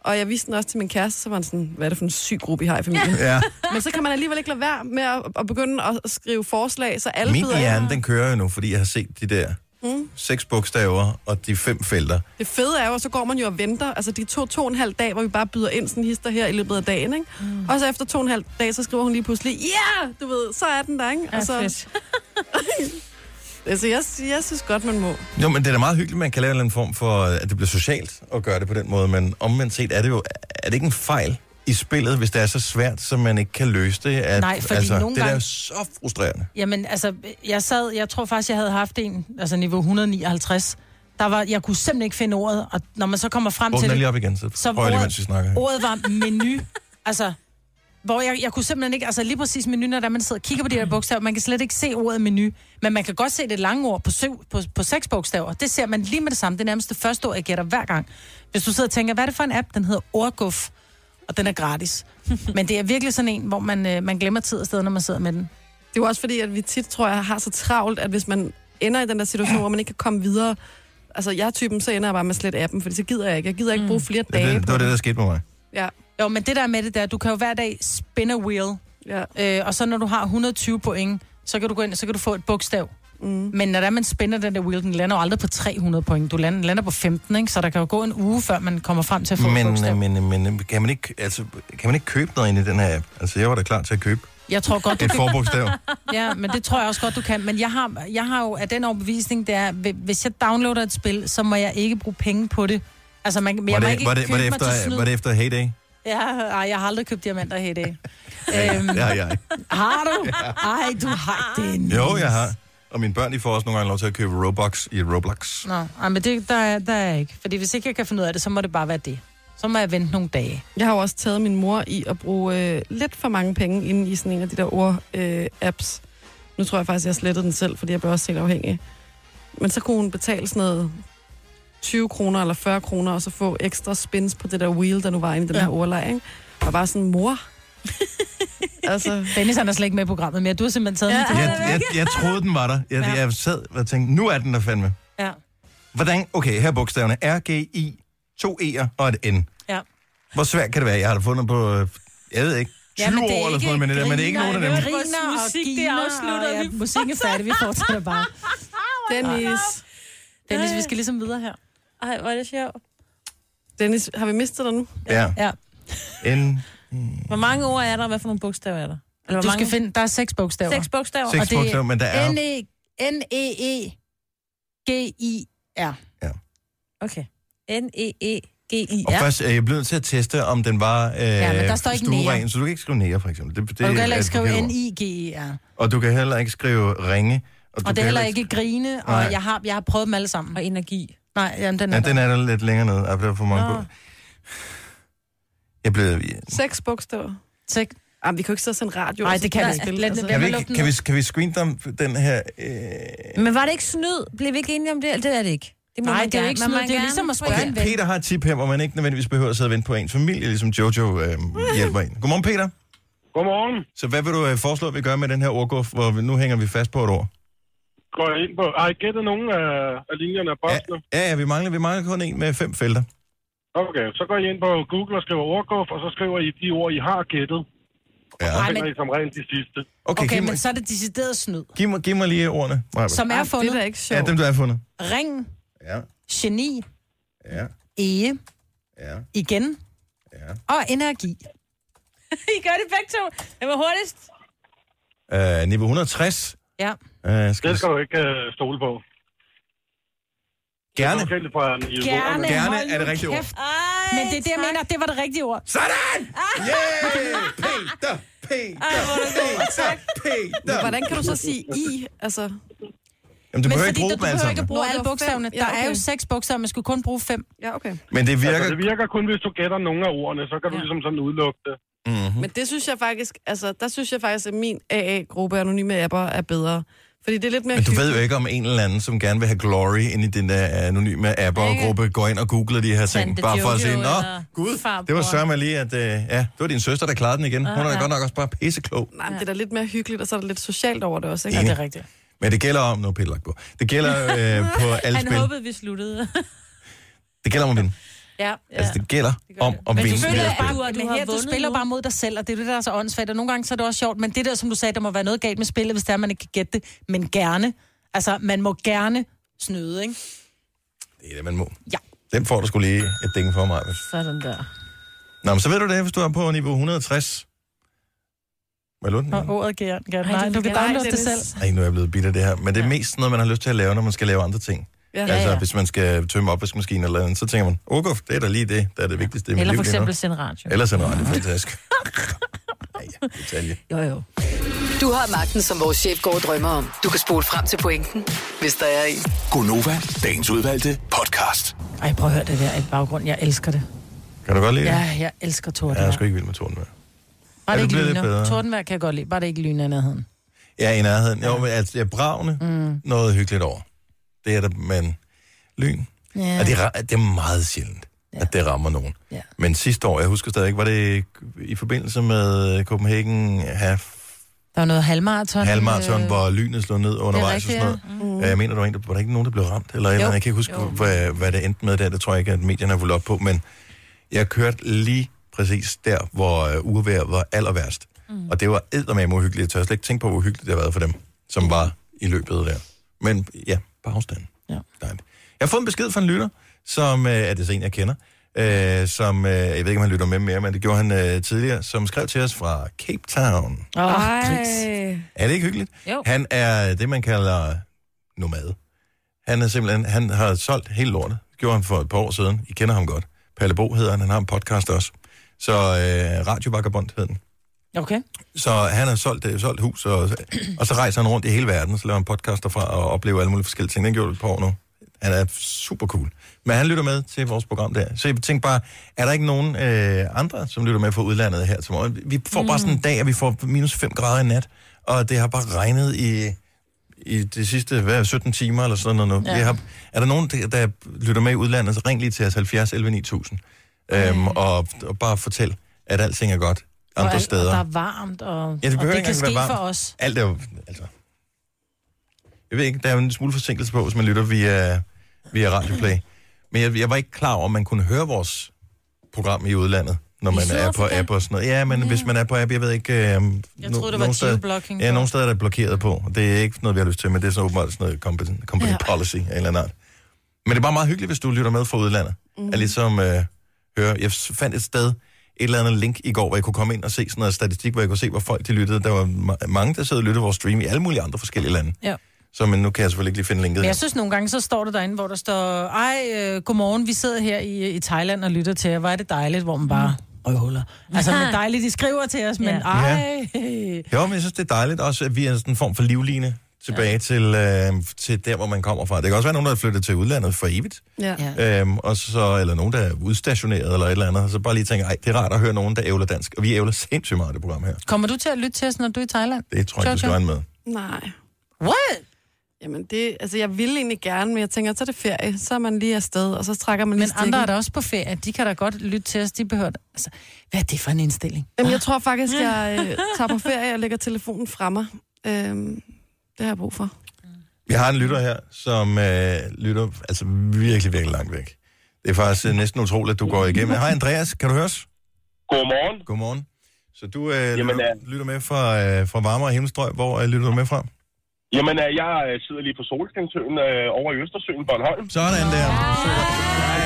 Speaker 4: Og jeg viste den også til min kæreste, så var han sådan, hvad er det for en syg gruppe, I har i
Speaker 1: <laughs>
Speaker 4: familien?
Speaker 1: Ja.
Speaker 4: Men så kan man alligevel ikke lade være med at, at begynde at skrive forslag, så alle
Speaker 1: Min
Speaker 4: bider ind.
Speaker 1: hjerne, den kører jo nu, fordi jeg har set de der mm. seks bogstaver og de fem felter.
Speaker 4: Det fede er jo, at så går man jo og venter. Altså, de to, to og en halv dag, hvor vi bare byder ind sådan hister her i løbet af dagen, ikke? Mm. Og så efter to og en halv dag, så skriver hun lige pludselig, ja, yeah! du ved, så er den der, ikke?
Speaker 3: Ja,
Speaker 4: og så,
Speaker 3: fedt.
Speaker 4: <laughs> altså, jeg, jeg synes godt, man må.
Speaker 1: Jo, men det er da meget hyggeligt, man kan lave en eller anden form for, at det bliver socialt at gøre det på den måde, men omvendt set er det jo, er det ikke en fejl i spillet, hvis det er så svært, så man ikke kan løse det? At,
Speaker 6: Nej, fordi
Speaker 1: altså,
Speaker 6: nogle
Speaker 1: Det der er jo
Speaker 6: gange-
Speaker 1: så frustrerende.
Speaker 6: Jamen, altså, jeg sad, jeg tror faktisk, jeg havde haft en, altså niveau 159, Der var, jeg kunne simpelthen ikke finde ordet, og når man så kommer frem
Speaker 1: Åbn
Speaker 6: til
Speaker 1: den
Speaker 6: det,
Speaker 1: lige op igen, så,
Speaker 6: så
Speaker 1: prøver jeg lige,
Speaker 6: ordet-
Speaker 1: mens vi snakker her.
Speaker 6: ordet var menu. altså, hvor jeg, jeg kunne simpelthen ikke, altså lige præcis menu, når der man sidder og kigger på de der bogstaver, man kan slet ikke se ordet menu, men man kan godt se det lange ord på, syv, på, på seks bogstaver. Det ser man lige med det samme. Det er nærmest det første ord, jeg gætter hver gang. Hvis du sidder og tænker, hvad er det for en app? Den hedder Ordguf, og den er gratis. men det er virkelig sådan en, hvor man, øh, man glemmer tid og sted, når man sidder med den.
Speaker 4: Det er jo også fordi, at vi tit, tror jeg, har så travlt, at hvis man ender i den der situation, hvor man ikke kan komme videre, altså jeg er typen, så ender jeg bare med slet appen, fordi så gider jeg ikke. Jeg gider
Speaker 3: Mm.
Speaker 4: ikke bruge flere
Speaker 1: Ja,
Speaker 4: dage
Speaker 1: det, det var det, der skete med mig.
Speaker 4: Ja,
Speaker 6: Jo, men det der er med det der, du kan jo hver dag spin a wheel,
Speaker 4: ja.
Speaker 6: øh, og så når du har 120 point, så kan du gå ind, og så kan du få et bogstav. Mm. Men når der man spænder den der wheel, den lander jo aldrig på 300 point. Du lander, lander på 15, ikke? så der kan jo gå en uge, før man kommer frem til at få men, et bogstav.
Speaker 1: Men, øh, men, men kan, man ikke, altså, kan man ikke købe noget ind i den her app? Altså, jeg var da klar til at købe
Speaker 6: Jeg tror godt, du
Speaker 1: et
Speaker 6: kan
Speaker 1: forbogstav.
Speaker 6: Ja, <laughs> men det tror jeg også godt, du kan. Men jeg har, jeg har jo af den overbevisning, det er, hvi- hvis jeg downloader et spil, så må jeg ikke bruge penge på det. Altså, man, men
Speaker 1: Var
Speaker 6: jeg må
Speaker 1: det,
Speaker 6: ikke
Speaker 1: var, det,
Speaker 6: købe
Speaker 1: var, det
Speaker 6: mig til
Speaker 1: efter,
Speaker 6: snyd.
Speaker 1: var det efter Heyday?
Speaker 6: Ja, ej, jeg har aldrig købt diamanter her i
Speaker 1: <laughs>
Speaker 6: dag. øhm,
Speaker 1: Det har jeg.
Speaker 6: Har du? Ej, du har den.
Speaker 1: Jo, jeg
Speaker 6: <laughs>
Speaker 1: har. Og mine børn, de får også nogle gange lov til at købe Robux i Roblox.
Speaker 6: Nå, ej, men det, der, er, der er jeg ikke. Fordi hvis ikke jeg kan finde ud af det, så må det bare være det. Så må jeg vente nogle dage.
Speaker 4: Jeg har jo også taget min mor i at bruge øh, lidt for mange penge inde i sådan en af de der ord-apps. Øh, apps. nu tror jeg faktisk, jeg slettede den selv, fordi jeg blev også helt afhængig. Men så kunne hun betale sådan noget 20 kroner eller 40 kroner, og så få ekstra spins på det der wheel, der nu var inde i den ja. her ordleg, ikke? Og bare sådan, mor... altså,
Speaker 6: Dennis han er slet ikke med i programmet mere. Du har simpelthen taget ja. med
Speaker 1: Jeg, jeg, jeg troede, den var der. Jeg, jeg sad og tænkte, nu er den der fandme.
Speaker 6: Ja.
Speaker 1: Hvordan, okay, her er bogstaverne R, G, I, to E'er og et N.
Speaker 6: Ja.
Speaker 1: Hvor svært kan det være? Jeg har da fundet på, øh, jeg ved ikke, 20 år eller sådan noget, men det, der, men det er ikke nogen af dem.
Speaker 6: griner,
Speaker 3: Vores
Speaker 6: og
Speaker 3: musik, det
Speaker 6: giner,
Speaker 3: afslutter
Speaker 6: og ja,
Speaker 3: vi.
Speaker 6: musikken er færdig, vi fortsætter bare.
Speaker 4: Dennis,
Speaker 6: Dennis, vi skal ligesom videre her.
Speaker 3: Ej, hvor er det sjovt.
Speaker 4: Dennis, har vi mistet dig nu?
Speaker 1: Ja,
Speaker 6: Ja.
Speaker 1: N,
Speaker 3: Hvor mange ord er der, og hvad for nogle bogstaver er der? Eller hvor
Speaker 6: Du
Speaker 3: mange?
Speaker 6: skal finde, der er seks bogstaver.
Speaker 3: Seks bogstaver.
Speaker 1: seks
Speaker 6: det er
Speaker 1: bogstaver, men der er...
Speaker 6: N-E-E-G-I-R.
Speaker 3: Okay. N-E-E-G-I-R.
Speaker 1: Og først, øh, jeg blev nødt til at teste, om den var øh, ja,
Speaker 6: men der står ikke nære.
Speaker 1: så du kan ikke skrive nære, for eksempel. Det, det
Speaker 6: Og du kan heller
Speaker 1: er
Speaker 6: ikke
Speaker 1: et forkert
Speaker 6: skrive
Speaker 1: ord.
Speaker 6: N-I-G-E-R.
Speaker 1: Og du kan heller ikke skrive ringe. du
Speaker 6: Og det
Speaker 1: kan
Speaker 6: er heller ikke grine, og
Speaker 1: Nej.
Speaker 6: jeg har, jeg har prøvet dem alle sammen.
Speaker 3: Og energi.
Speaker 6: Nej, jamen, den er
Speaker 1: Ja,
Speaker 6: der.
Speaker 1: den er der lidt længere nede. Jeg blev for mange på. Jeg blev...
Speaker 4: Seks bogstaver.
Speaker 6: Seks.
Speaker 4: Jamen, vi kan jo ikke sidde og sende radio.
Speaker 6: Nej,
Speaker 4: og så
Speaker 6: det kan vi
Speaker 4: spille,
Speaker 6: ikke. Lad-
Speaker 4: altså.
Speaker 6: lad-
Speaker 1: Kan vi,
Speaker 6: lukke
Speaker 1: ikke,
Speaker 6: den
Speaker 1: kan,
Speaker 6: ned.
Speaker 1: vi, kan vi screendump den her... Øh...
Speaker 3: Men var det ikke snyd? Blev vi ikke enige om det? Eller det er det ikke. Det
Speaker 6: Nej, det er jo ikke snyd. Det er ligesom at spørge en
Speaker 1: Okay,
Speaker 6: ven.
Speaker 1: Peter har et tip her, hvor man ikke nødvendigvis behøver at sidde og vente på ens familie, ligesom Jojo øh, hjælper en. Godmorgen, Peter.
Speaker 16: Godmorgen.
Speaker 1: Så hvad vil du øh, foreslå, at vi gør med den her ordguf, hvor vi, nu hænger vi fast på et ord?
Speaker 16: Går jeg ind på... Har I gættet nogen af, af linjerne af
Speaker 1: Ja,
Speaker 16: postene?
Speaker 1: ja, ja vi, mangler, vi mangler kun en med fem felter.
Speaker 16: Okay, så går I ind på Google og skriver ordguf, og så skriver I de ord, I har gættet.
Speaker 1: Ja.
Speaker 16: Så
Speaker 6: Ej,
Speaker 16: finder
Speaker 6: men-
Speaker 16: I som rent de sidste.
Speaker 1: Okay, okay
Speaker 6: Okay,
Speaker 1: giv, mig,
Speaker 6: men så er det decideret snyd,
Speaker 1: giv, mig, giv mig lige ordene. Maja.
Speaker 6: som
Speaker 4: Ej,
Speaker 6: er
Speaker 4: Ah, det er da
Speaker 6: fundet.
Speaker 4: ikke
Speaker 1: Ja,
Speaker 4: sjovt.
Speaker 1: dem du har fundet.
Speaker 6: Ring,
Speaker 1: Ja,
Speaker 6: geni,
Speaker 1: ja,
Speaker 6: ege,
Speaker 1: ja.
Speaker 6: igen
Speaker 1: Ja.
Speaker 6: og energi.
Speaker 3: I gør det begge to. Det var hurtigst.
Speaker 1: Øh, niveau 160.
Speaker 6: Ja.
Speaker 1: Øh, skal
Speaker 16: Det
Speaker 1: vi
Speaker 16: skal du ikke øh, stole på.
Speaker 1: gerne.
Speaker 16: Forskelligt fra niveauerne.
Speaker 6: Gerne,
Speaker 1: Gerne
Speaker 6: hold
Speaker 1: er det
Speaker 6: nu
Speaker 1: rigtige ord.
Speaker 6: kæft.
Speaker 3: Ej,
Speaker 6: Men det er det, jeg mener, det var det rigtige ord.
Speaker 1: Sådan!
Speaker 6: Ah.
Speaker 1: Yeah! Peter! Peter! Peter! Peter!
Speaker 4: Hvordan kan du så sige I? Altså,
Speaker 1: Jamen, du
Speaker 6: Men
Speaker 1: behøver
Speaker 6: fordi
Speaker 1: ikke bruge
Speaker 6: du,
Speaker 1: dem
Speaker 6: du behøver
Speaker 1: alle
Speaker 6: ikke
Speaker 1: sammen.
Speaker 6: at bruge
Speaker 4: Nå,
Speaker 6: alle
Speaker 4: der var
Speaker 6: bogstaverne.
Speaker 4: fem. Ja,
Speaker 6: Der er jo
Speaker 4: okay.
Speaker 6: seks bogstaver, man skal kun bruge fem.
Speaker 4: ja, okay.
Speaker 1: Men det virker...
Speaker 16: Altså, det virker kun, hvis du gætter nogle af ordene, så kan du
Speaker 4: Ja.
Speaker 16: ligesom sådan udelukke det.
Speaker 1: Mm.
Speaker 4: Men det synes jeg faktisk, altså, der synes jeg faktisk, at min AA-gruppe anonyme apper er bedre. Fordi det er lidt mere
Speaker 1: Men du ved jo
Speaker 4: hyggeligt.
Speaker 1: ikke om en eller anden, som gerne vil have glory ind i den der anonyme app-gruppe, går ind og googler de her ting,
Speaker 3: Tante
Speaker 1: bare for at
Speaker 3: Jojo
Speaker 1: sige, nå,
Speaker 3: eller
Speaker 1: gud,
Speaker 3: farbror."
Speaker 1: det var sørme lige, at øh, ja, det var din søster, der klarede den igen. Hun er da godt nok også bare pisseklog.
Speaker 4: Nej, men det er da lidt mere hyggeligt, og så er der lidt socialt over det også, ikke?
Speaker 1: Enig.
Speaker 6: er rigtigt.
Speaker 1: Men det gælder om, nu er Peter lagt på, det gælder øh,
Speaker 6: <laughs>
Speaker 1: på alle
Speaker 3: Han
Speaker 1: spil.
Speaker 3: håbede, vi <laughs> sluttede.
Speaker 1: Det gælder om at vinde.
Speaker 3: ja. ja.
Speaker 1: Altså, det gælder om at
Speaker 6: Men
Speaker 1: vinde.
Speaker 6: du
Speaker 1: det
Speaker 6: føler,
Speaker 1: her
Speaker 6: at
Speaker 1: spil.
Speaker 6: du, at du,
Speaker 3: Men
Speaker 6: har
Speaker 3: her,
Speaker 6: vundet
Speaker 3: du
Speaker 6: spiller
Speaker 3: nu.
Speaker 6: bare mod dig selv, og det er det, der er så åndssvagt. Og nogle gange så er det også sjovt, men det der, som du sagde, der må være noget galt med spillet, hvis det er, man ikke kan gætte det. Men gerne. Altså, man må gerne snyde, ikke?
Speaker 1: Det er det, man må.
Speaker 6: Ja.
Speaker 1: Den får du skulle lige et ding for mig. hvis-
Speaker 3: Sådan der.
Speaker 1: Nå, men så ved du det, hvis du er på niveau 160. Hvad er
Speaker 6: Og
Speaker 1: lunden?
Speaker 6: ordet gerne.
Speaker 3: Ej,
Speaker 6: gerne. Nej,
Speaker 3: du
Speaker 6: du kan
Speaker 3: kan-
Speaker 6: downloade
Speaker 4: Nej,
Speaker 6: det selv.
Speaker 4: Dennis.
Speaker 1: Ej, nu er jeg blevet bitter det her. Men det er mest noget, man har lyst til at lave, når man skal lave andre ting.
Speaker 4: Ja.
Speaker 1: Altså,
Speaker 3: Ja, ja.
Speaker 1: hvis man skal tømme opvaskemaskinen eller andet, så tænker man, åh, det er da lige det, der er det vigtigste i mit
Speaker 3: Eller
Speaker 1: liv
Speaker 3: for
Speaker 1: lige nu."
Speaker 3: eksempel sende radio.
Speaker 1: Ellers er det fantastisk. Ej, ja, detalje.
Speaker 3: Jo, jo.
Speaker 7: Du har magten, som vores chef går og drømmer om. Du kan spole frem til pointen, hvis der er en.
Speaker 5: Gonova, dagens udvalgte podcast.
Speaker 6: Ej, prøv at høre det der i baggrunden. Jeg elsker det.
Speaker 1: Kan du godt lide det?
Speaker 6: Ja, jeg elsker
Speaker 1: Ja, jeg
Speaker 6: tordenvejr.
Speaker 1: er sgu ikke vild med tordenvejr.
Speaker 6: Bare
Speaker 1: Ja,
Speaker 6: det
Speaker 1: det
Speaker 6: ikke
Speaker 1: bliver lidt
Speaker 6: lyner.
Speaker 1: bedre.
Speaker 6: Tordenvejr kan jeg godt lide. Bare det ikke lyner i nærheden.
Speaker 1: Ja, i nærheden. Jo, men altså, ja, bravne, mm. noget hyggeligt over. Det er der, men lyn. Ja. Og det, ra- det er meget sjældent, ja. at det rammer nogen.
Speaker 6: Ja.
Speaker 1: Men sidste år, jeg husker stadig, var det i forbindelse med Copenhagen Half
Speaker 6: Der var noget halvmarathon.
Speaker 1: halvmarathon,
Speaker 6: øh,
Speaker 1: hvor lynet slog ned undervejs og
Speaker 6: rigtigt,
Speaker 1: sådan noget. Mm. Jeg mener, der var, en, der, var der ikke nogen, der blev ramt? Eller, et eller andet. jeg kan ikke huske, hvad, hvad det endte med der. Det tror jeg ikke, at medierne har fulgt op på. Men jeg kørte lige præcis der, hvor øh, ugeværet var aller værst. Mm. Og det var eddermame uhyggeligt. Jeg tør slet ikke tænke på, hvor hyggeligt det har været for dem, som var i løbet der. Men ja, på afstand.
Speaker 6: Ja.
Speaker 1: Dejligt. Jeg har fået en besked fra en lytter, som øh, er det så en, jeg kender. Øh, som, øh, jeg ved ikke, om han lytter med mere, men det gjorde han øh, tidligere, som skrev til os fra Cape Town.
Speaker 6: Åh,
Speaker 4: Ej.
Speaker 6: gris.
Speaker 1: Er det ikke hyggeligt?
Speaker 3: Jo.
Speaker 1: Han er det, man kalder nomade. Han er simpelthen, han har solgt hele lortet. Gjorde han for et par år siden. I kender ham godt. Palle Bo hedder han, han har en podcast også. Så øh, Radio Vagabond hed den.
Speaker 6: Okay.
Speaker 1: Så han har solgt, øh, solgt hus, og, og så rejser han rundt i hele verden, så laver han podcaster fra og oplever alle mulige forskellige ting. Den gjorde det på år nu. Han er super cool. Men han lytter med til vores program der. Så jeg tænkte bare, er der ikke nogen øh, andre, som lytter med fra udlandet her til morgen? Vi får mm. bare sådan en dag, at vi får minus 5 grader i nat, og det har bare regnet i, i de sidste hvad, er det, 17 timer eller sådan noget. Ja. Vi har, er der nogen, der, der lytter med i udlandet, så ring lige til os 70 11 9000. Øhm, og, og bare fortæl, at alting er godt andre
Speaker 6: og, alt- Og
Speaker 1: steder.
Speaker 6: der er varmt, og,
Speaker 1: Ja, det
Speaker 6: og
Speaker 1: behøver
Speaker 6: det
Speaker 1: ikke
Speaker 6: kan ske
Speaker 1: engang være
Speaker 6: for
Speaker 1: varmt.
Speaker 6: os.
Speaker 1: Alt er jo, altså... Jeg ved ikke, der er jo en smule forsinkelse på, hvis man lytter via, via Radioplay. Men jeg, jeg var ikke klar over, om man kunne høre vores program i udlandet, når man er på
Speaker 6: Sydafrika?
Speaker 1: app og sådan noget. Ja, men hvis man er på app, jeg ved ikke... Øh, jeg
Speaker 6: Jeg troede, det var geoblocking.
Speaker 1: Ja, nogle steder er der blokeret på. og Det er ikke noget, vi har lyst til, men det er så åbenbart sådan noget company, company ja. policy af en eller anden art. Men det er bare meget hyggeligt, hvis du lytter med fra udlandet. Mm. At ligesom øh, høre, jeg s- fandt et sted, et eller andet link i går, hvor jeg kunne komme ind og se sådan noget statistik, hvor jeg kunne se, hvor folk de lyttede. Der var ma- mange, der sad og lyttede vores stream i alle mulige andre forskellige lande.
Speaker 6: Ja.
Speaker 1: Så men nu kan jeg selvfølgelig ikke lige finde linket.
Speaker 6: Men
Speaker 1: her.
Speaker 6: jeg synes nogle gange, så står det derinde, hvor der står, ej, øh, godmorgen, vi sidder her i, i Thailand og lytter til jer. Hvor er det dejligt, hvor man bare røvhuller. Altså, men dejligt, de skriver til os, men
Speaker 3: Ja.
Speaker 6: ej.
Speaker 1: Jo, men jeg synes, det er dejligt også, at vi er sådan en form for livline tilbage ja. til, øh, til der, hvor man kommer fra. Det kan også være nogen, der er flyttet til udlandet for evigt.
Speaker 4: Ja.
Speaker 6: Ja.
Speaker 4: ja.
Speaker 1: Øhm, og så, eller nogen, der er udstationeret eller et eller andet, og så bare lige tænker, ej, det er rart at høre nogen, der ævler dansk. Og vi ævler sindssygt meget i det program her.
Speaker 6: Kommer du til at lytte til os, når du er i Thailand?
Speaker 1: Det tror jeg, du skal
Speaker 6: Jojo?
Speaker 1: regne med.
Speaker 4: Nej.
Speaker 6: What?
Speaker 4: Jamen, det, altså, jeg ville egentlig gerne, men jeg tænker, så er det ferie. Så er man lige afsted, og så trækker man lige
Speaker 6: Men andre er
Speaker 4: stikken.
Speaker 6: da også på ferie. De kan da godt lytte til os. De behøver... Altså, hvad er det for en indstilling?
Speaker 4: Jamen, jeg tror faktisk, jeg øh, tager på ferie og lægger telefonen fremme. Øhm, det har jeg brug for.
Speaker 1: Vi har en lytter her, som øh, lytter altså virkelig, virkelig langt væk. Det er faktisk øh, næsten utroligt, at du går igennem. Hej Andreas, kan du høre os?
Speaker 16: Godmorgen.
Speaker 1: Godmorgen. Så du
Speaker 16: Jamen,
Speaker 1: øh, lytter, lytter med fra, øh, fra Varmere og Himmelstrøg. Hvor øh, lytter du med fra?
Speaker 16: Jamen, øh, jeg øh, sidder lige på Solstensøen øh, over i Østersøen, Bornholm.
Speaker 1: Sådan der. Super. Ej,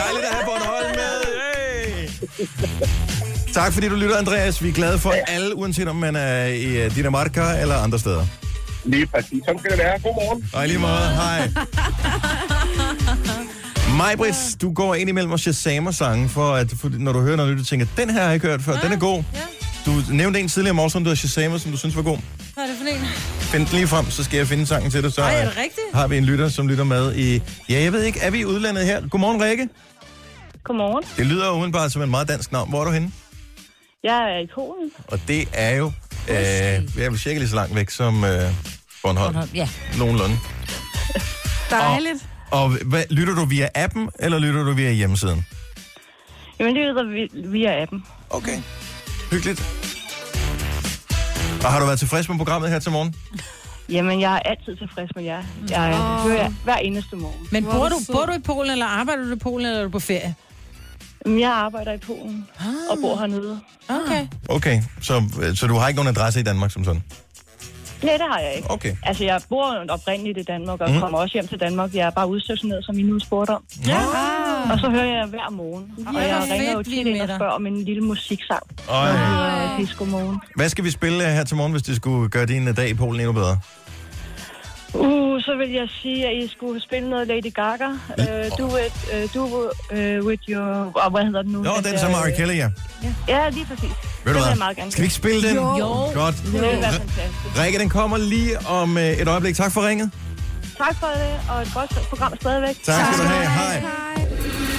Speaker 1: Dejligt at have Bornholm med. Hey. Tak fordi du lytter, Andreas. Vi er glade for alle, uanset om man er i øh, Dinamarca eller andre steder.
Speaker 16: Lige præcis. Sådan skal det være. Godmorgen.
Speaker 1: Og i lige måde, hej. Majbrits, du går ind imellem og shazamer sange, for at for, når du hører noget nyt, du tænker, den her har jeg ikke hørt før, den er god. Du nævnte en tidligere morgen, som du har shazamer, som du synes var god.
Speaker 6: Hvad er det for en?
Speaker 1: Find den lige frem, så skal jeg finde sangen til dig. Så
Speaker 6: Ej, er
Speaker 1: øh,
Speaker 6: det rigtigt?
Speaker 1: har vi en lytter, som lytter med i... Ja, jeg ved ikke, er vi i udlandet her? Godmorgen, Rikke.
Speaker 9: Godmorgen.
Speaker 1: Det lyder udenbart som en meget dansk navn. Hvor er du henne?
Speaker 9: Jeg er i Polen.
Speaker 1: Og det er jo... Øh, jeg vil cirka lige så langt væk som øh, Bornholm.
Speaker 3: Bornholm, ja.
Speaker 1: Nogenlunde.
Speaker 4: Dejligt.
Speaker 1: Og hvad, lytter du via appen, eller lytter du via hjemmesiden?
Speaker 9: Jamen, det lyder vi- via appen.
Speaker 1: Okay. Hyggeligt. Og har du været tilfreds med programmet her til morgen?
Speaker 9: Jamen, jeg er altid tilfreds med jer. Jeg
Speaker 4: Åh.
Speaker 9: hører jer hver eneste morgen.
Speaker 6: Men
Speaker 4: Hvor
Speaker 6: bor
Speaker 4: er
Speaker 6: du,
Speaker 4: du sød.
Speaker 6: bor du i Polen, eller arbejder du i Polen, eller er du på ferie?
Speaker 9: Jamen, Jeg arbejder i Polen og bor hernede.
Speaker 6: Okay.
Speaker 1: Okay, så, så du har ikke nogen adresse i Danmark som sådan?
Speaker 9: Ja, det har jeg ikke.
Speaker 1: Okay.
Speaker 9: Altså, jeg bor jo oprindeligt i Danmark og
Speaker 1: Mhm.
Speaker 9: kommer også hjem til Danmark. Jeg er bare udstationeret, som I nu spurgte om.
Speaker 1: Ja.
Speaker 9: Og så hører jeg jer hver morgen.
Speaker 6: hvor
Speaker 9: og jeg
Speaker 6: fedt,
Speaker 9: ringer jo
Speaker 6: vi er
Speaker 9: tit ind
Speaker 6: med
Speaker 9: og
Speaker 6: dig.
Speaker 9: spørger om en lille musiksang.
Speaker 1: Øj.
Speaker 9: Øh, disco morgen.
Speaker 1: Hvad skal vi spille her til morgen, hvis det skulle gøre din øh, dag i Polen endnu bedre?
Speaker 9: Uh, så vil jeg sige, at I skulle spille noget Lady Gaga. Uh, do it, uh, do uh, with øh, your... Og hvad hedder den nu?
Speaker 1: Nå, den som
Speaker 9: der,
Speaker 1: Ari Kelly, ja.
Speaker 9: øh, Ja, lige præcis.
Speaker 1: Ved du
Speaker 17: vil jeg
Speaker 1: hvad?
Speaker 17: meget gerne
Speaker 1: Skal vi ikke spille den?
Speaker 17: Jo.
Speaker 1: Godt.
Speaker 17: Det vil være fantastisk.
Speaker 1: Rikke, den kommer lige om øh, et øjeblik. Tak for ringet.
Speaker 17: Tak for det, og et godt program stadigvæk.
Speaker 1: Tak skal du have. Hej.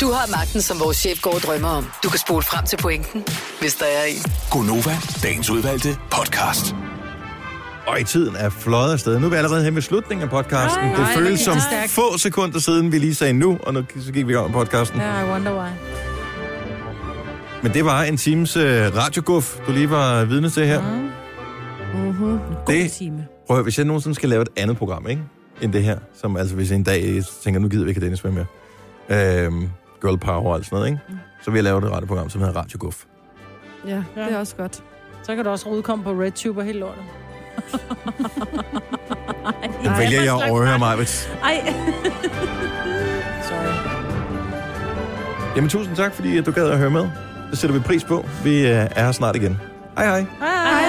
Speaker 7: Du har magten, som vores chef går og drømmer om. Du kan spole frem til pointen, hvis der er en.
Speaker 5: Gonova, dagens udvalgte podcast.
Speaker 1: Og i tiden er fløjet afsted. Nu er vi allerede hen ved slutningen af podcasten. det føles som få sekunder siden, vi lige sagde nu, og nu så gik vi i gang med podcasten.
Speaker 3: I wonder why.
Speaker 1: Men det var en times øh, radioguf, du lige var vidne til her. Mm.
Speaker 3: Mm-hmm.
Speaker 1: Det-
Speaker 3: God time.
Speaker 1: Prøv at, høre, hvis jeg nogensinde skal lave et andet program, ikke? End det her, som altså hvis jeg en dag øh, tænker, nu gider vi ikke have Dennis med mere. Øhm, girl power og alt sådan noget, ikke? Så vil jeg lave det rette program, som hedder Radio Guf.
Speaker 4: Ja, det er også godt.
Speaker 6: Så kan du også udkomme på RedTube og helt lortet.
Speaker 1: Den vælger jeg at overhøre mig.
Speaker 3: Ej.
Speaker 1: Jamen tusind tak, fordi at du gad at høre med. Det sætter vi pris på. Vi øh, er her snart igen. Hej hej.
Speaker 3: Hej.